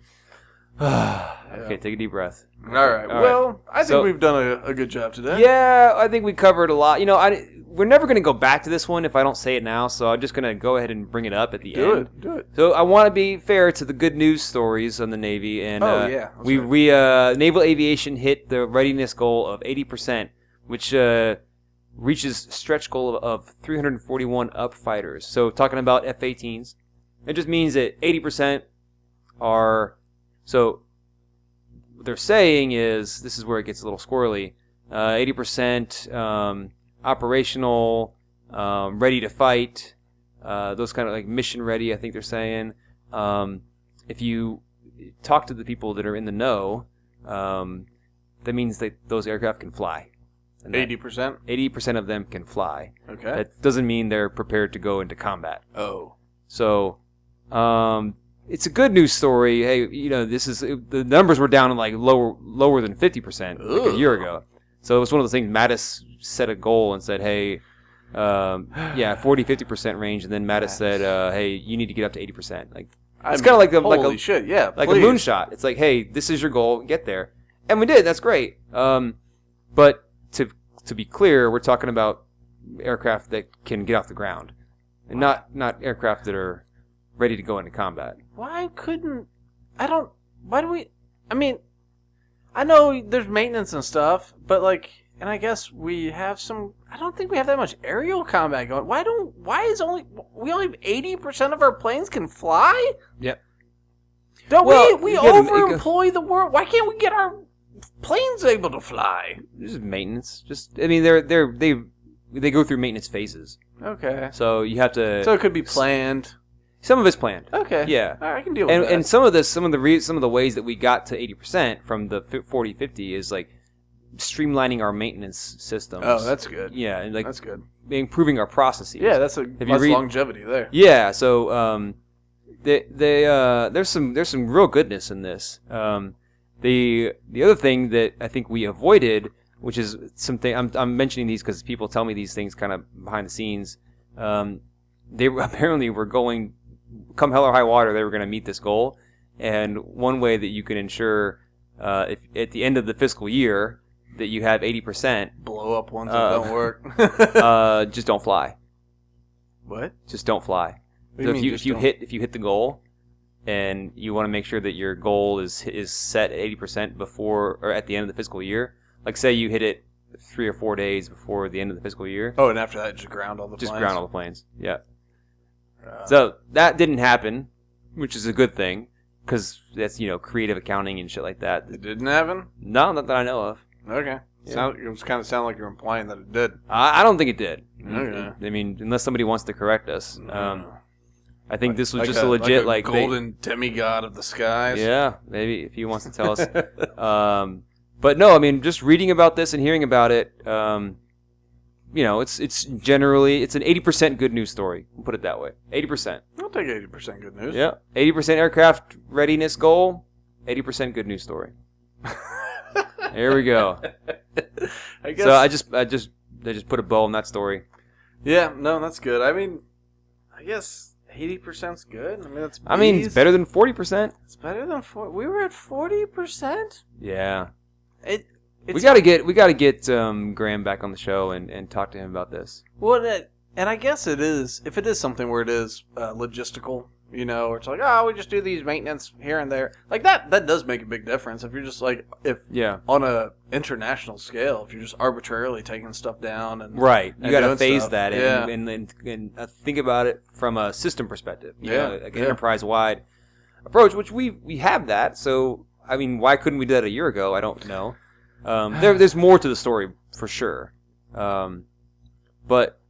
S1: Yeah. yeah,
S2: okay, take a deep breath.
S1: All right.
S2: All right.
S1: well, I think
S2: So-
S1: we've done a, a good job today.
S2: Yeah, I think we covered a lot. You know, I we're never going to go back to this one if I don't say it now, so I'm just going to go ahead and bring it up at the
S1: Do
S2: end.
S1: it. Do it.
S2: So I want to be fair to the good news stories on the Navy, and
S1: Oh,
S2: uh,
S1: yeah, that's
S2: we
S1: right.
S2: we uh, naval aviation hit the readiness goal of 80 percent, which uh, reaches stretch goal of, of 341 up fighters. So talking about F-18s, it just means that 80 percent are so. What they're saying is this is where it gets a little squirrely. Uh, 80% um, operational, um, ready to fight, uh, those kind of like mission ready. I think they're saying um, if you talk to the people that are in the know, um, that means that those aircraft can fly.
S1: Eighty percent.
S2: Eighty percent of them can fly.
S1: Okay.
S2: That doesn't mean they're prepared to go into combat.
S1: oh.
S2: So um, it's a good news story. Hey, you know this is the numbers were down like lower lower than fifty percent like a
S1: Ugh.
S2: year ago. So it was one of those things. Mattis set a goal and said, "Hey, um, yeah, 40, 50 percent range." And then Mattis said, uh, "Hey, you need to get up to eighty percent." Like
S1: I
S2: It's kinda like the- like a-
S1: holy shit, yeah,
S2: like
S1: please.
S2: a moonshot. It's like, hey, this is your goal, get there, and we did. That's great. Um, but to to be clear, we're talking about aircraft that can get off the ground, and not not aircraft that are ready to go into combat.
S1: Why couldn't I don't? Why do we? I mean, I know there's maintenance and stuff, but like, and I guess we have some. I don't think we have that much aerial combat going. Why don't? Why is only we only have eighty percent of our planes can fly?
S2: Yep.
S1: Don't
S2: Well,
S1: we? We
S2: you get an-
S1: overemploy the world. Why can't we get our planes able to fly?
S2: Just maintenance. Just I mean, they're they're they they go through maintenance phases.
S1: Okay.
S2: So you have to.
S1: So it could be planned.
S2: some of it's planned.
S1: Okay.
S2: Yeah.
S1: All right, I can deal with
S2: and,
S1: that.
S2: and some of this some of the re- some of the ways that we got to 80% from the fi- 40 50 is like streamlining our maintenance systems
S1: oh, that's good.
S2: yeah and like
S1: that's good.
S2: improving our processes
S1: Yeah, that's a
S2: you
S1: that's
S2: read-
S1: longevity there.
S2: yeah so um they they uh there's some there's some real goodness in this um the the other thing that i think we avoided which is something i'm, I'm mentioning these because people tell me these things kind of behind the scenes um they were- (laughs) apparently were going come hell or high water they were going to meet this goal and one way that you can ensure uh, if at the end of the fiscal year that you have 80%
S1: Blow up ones
S2: Uh,
S1: that don't (laughs)
S2: (laughs)
S1: work.
S2: uh, just don't fly
S1: what?
S2: just don't fly
S1: What do
S2: so if
S1: mean
S2: you
S1: just
S2: if you
S1: don't-
S2: hit if you hit the goal, and you want to make sure that your goal is is set at eighty percent before or at the end of the fiscal year, like say you hit it three or four days before the end of the fiscal year,
S1: Oh, and after that, just ground all the
S2: just
S1: planes.
S2: ground all the planes. Yeah.
S1: Uh,
S2: So that didn't happen, which is a good thing because that's you know creative accounting and shit like that.
S1: it didn't happen.
S2: No, not that I know of.
S1: Okay.
S2: Yeah. Um,
S1: Sound, it was kind of sound like you're implying that it did.
S2: I, I don't think it did.
S1: Okay.
S2: I mean, unless somebody wants to correct us. Um, I think this was
S1: Like
S2: just a legit like, they-
S1: golden demigod of the skies.
S2: Yeah, maybe if he wants to tell us. um, but no, I mean, just reading about this and hearing about it, um, you know, it's it's generally it's an eighty percent good news story. We'll put it that way, eighty percent.
S1: I'll take eighty percent good news.
S2: Yeah, eighty percent aircraft readiness goal, eighty percent good news
S1: (laughs)
S2: story. there we go.
S1: I guess.
S2: So I just I just I just put a bow on that story.
S1: yeah. No, that's good. I mean, I guess eighty percent's good. I mean, that's.
S2: I mean, it's
S1: bees.
S2: better than forty percent.
S1: It's better than four. We were at forty percent.
S2: Yeah,
S1: It. It's
S2: we got to get we got to get um, Graham back on the show and, and talk to him about this.
S1: Well, and it, and I guess it is if it is something where it is uh, logistical. you know, or it's like, oh, we just do these maintenance here and there. Like that, that does make a big difference. If you're just like, if
S2: Yeah.
S1: on a international scale, if you're just arbitrarily taking stuff down and
S2: Right. You
S1: and
S2: got to
S1: doing
S2: phase
S1: stuff.
S2: that in
S1: Yeah.
S2: and, and, and uh, think about it from a system perspective. You
S1: Yeah,
S2: Know, like an
S1: yeah.
S2: enterprise wide approach, which we we have that. So, I mean, why couldn't we do that a year ago? I don't know. Um, there, there's more to the story for sure. Um, but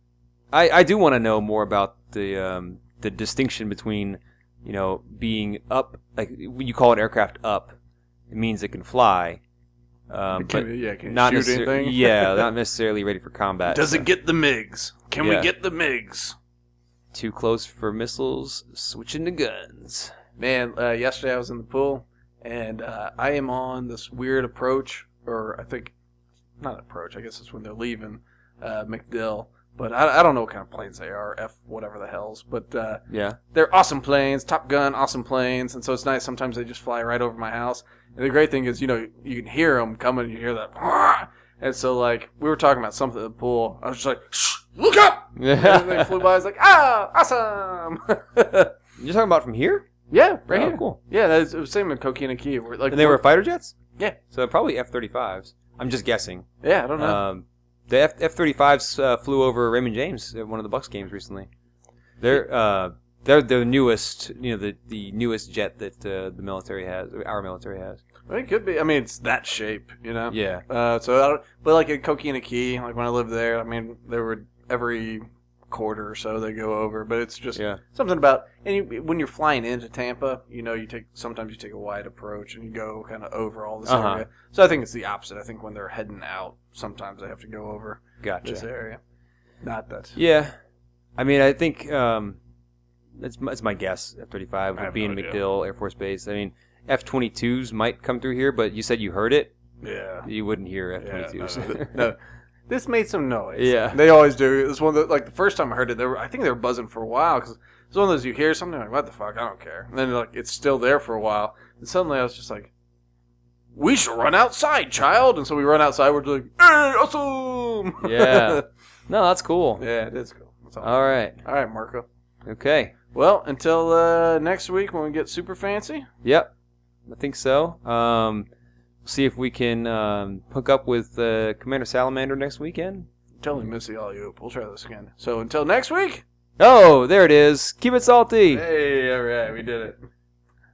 S2: I, I do want to know more about the um, the distinction between you know being up like when you call an aircraft up, it means it can fly. Um,
S1: can,
S2: but
S1: yeah, can you
S2: not
S1: shoot
S2: necessar-
S1: anything. (laughs)
S2: yeah, not necessarily ready for combat.
S1: Does it get the MIGs? Can
S2: Yeah.
S1: we get the MIGs?
S2: Too close for missiles, switching to guns.
S1: Man, uh, yesterday I was in the pool and uh, I am on this weird approach, or I think, not approach, I guess it's when they're leaving uh, McDill. But I, I don't know what kind of planes they are, F whatever the hells. But uh, (laughs)
S2: Yeah.
S1: they're awesome planes, Top Gun, awesome planes, and so it's nice. Sometimes they just fly right over my house. And the great thing is, you know, you can hear them coming. You hear that, (laughs) and so like we were talking about something at the pool. I was just like, Shh, look up, and then they flew by. I was like, ah, awesome. (laughs)
S2: You're talking about from here?
S1: yeah, right
S2: Oh,
S1: here.
S2: Cool.
S1: Yeah, that is, it was same in Coquina Key. Where, like
S2: And they were fighter jets?
S1: Yeah.
S2: So probably F-35s. I'm just guessing.
S1: yeah, I don't know.
S2: Um, the F- F-35s uh, flew over Raymond James at one of the Bucks games recently. They're uh, they're the newest, you know, the, the newest jet that uh, the military has, our military has.
S1: I mean, it could be. I mean, it's that shape, you know.
S2: Uh, Yeah.
S1: Uh, so I don't, but like in Coquina Key, like when I lived there, I mean, there were every quarter or so they go over, but it's just
S2: Yeah.
S1: something about and you, when you're flying into Tampa, you know, you take sometimes you take a wide approach and you go kind of over all this
S2: Uh-huh.
S1: area. So I think it's the opposite. I think when they're heading out, sometimes they have to go over
S2: Gotcha.
S1: this area. Not that.
S2: Yeah, I mean, I think um, that's my, that's my guess. F thirty five
S1: I have
S2: would be
S1: no
S2: in
S1: idea.
S2: MacDill Air Force Base. I mean, F twenty twos might come through here, but you said you heard it.
S1: Yeah.
S2: You wouldn't hear F
S1: Yeah,
S2: twenty twos.
S1: no, no, (laughs) no. This made some noise.
S2: Yeah.
S1: they always do. It's one of the, like the first time I heard it, they were, I think they were buzzing for a while because it's one of those you hear something like what the fuck I don't care, and then like it's still there for a while, and suddenly I was just like, we should run outside, child, and so we run outside. We're just like, hey, awesome. (laughs)
S2: Yeah. (laughs) No, that's cool.
S1: yeah, it is cool. That's all.
S2: All right.
S1: all right, Marco.
S2: Okay.
S1: Uh, Well, until uh, next week when we get super fancy.
S2: Yep. I think so. Um, see if we can um, hook up with uh, Commander Salamander next weekend.
S1: Totally missy all you. We'll try this again. So until next week.
S2: Oh, there it is. Keep it salty.
S1: Hey, all right, we did it.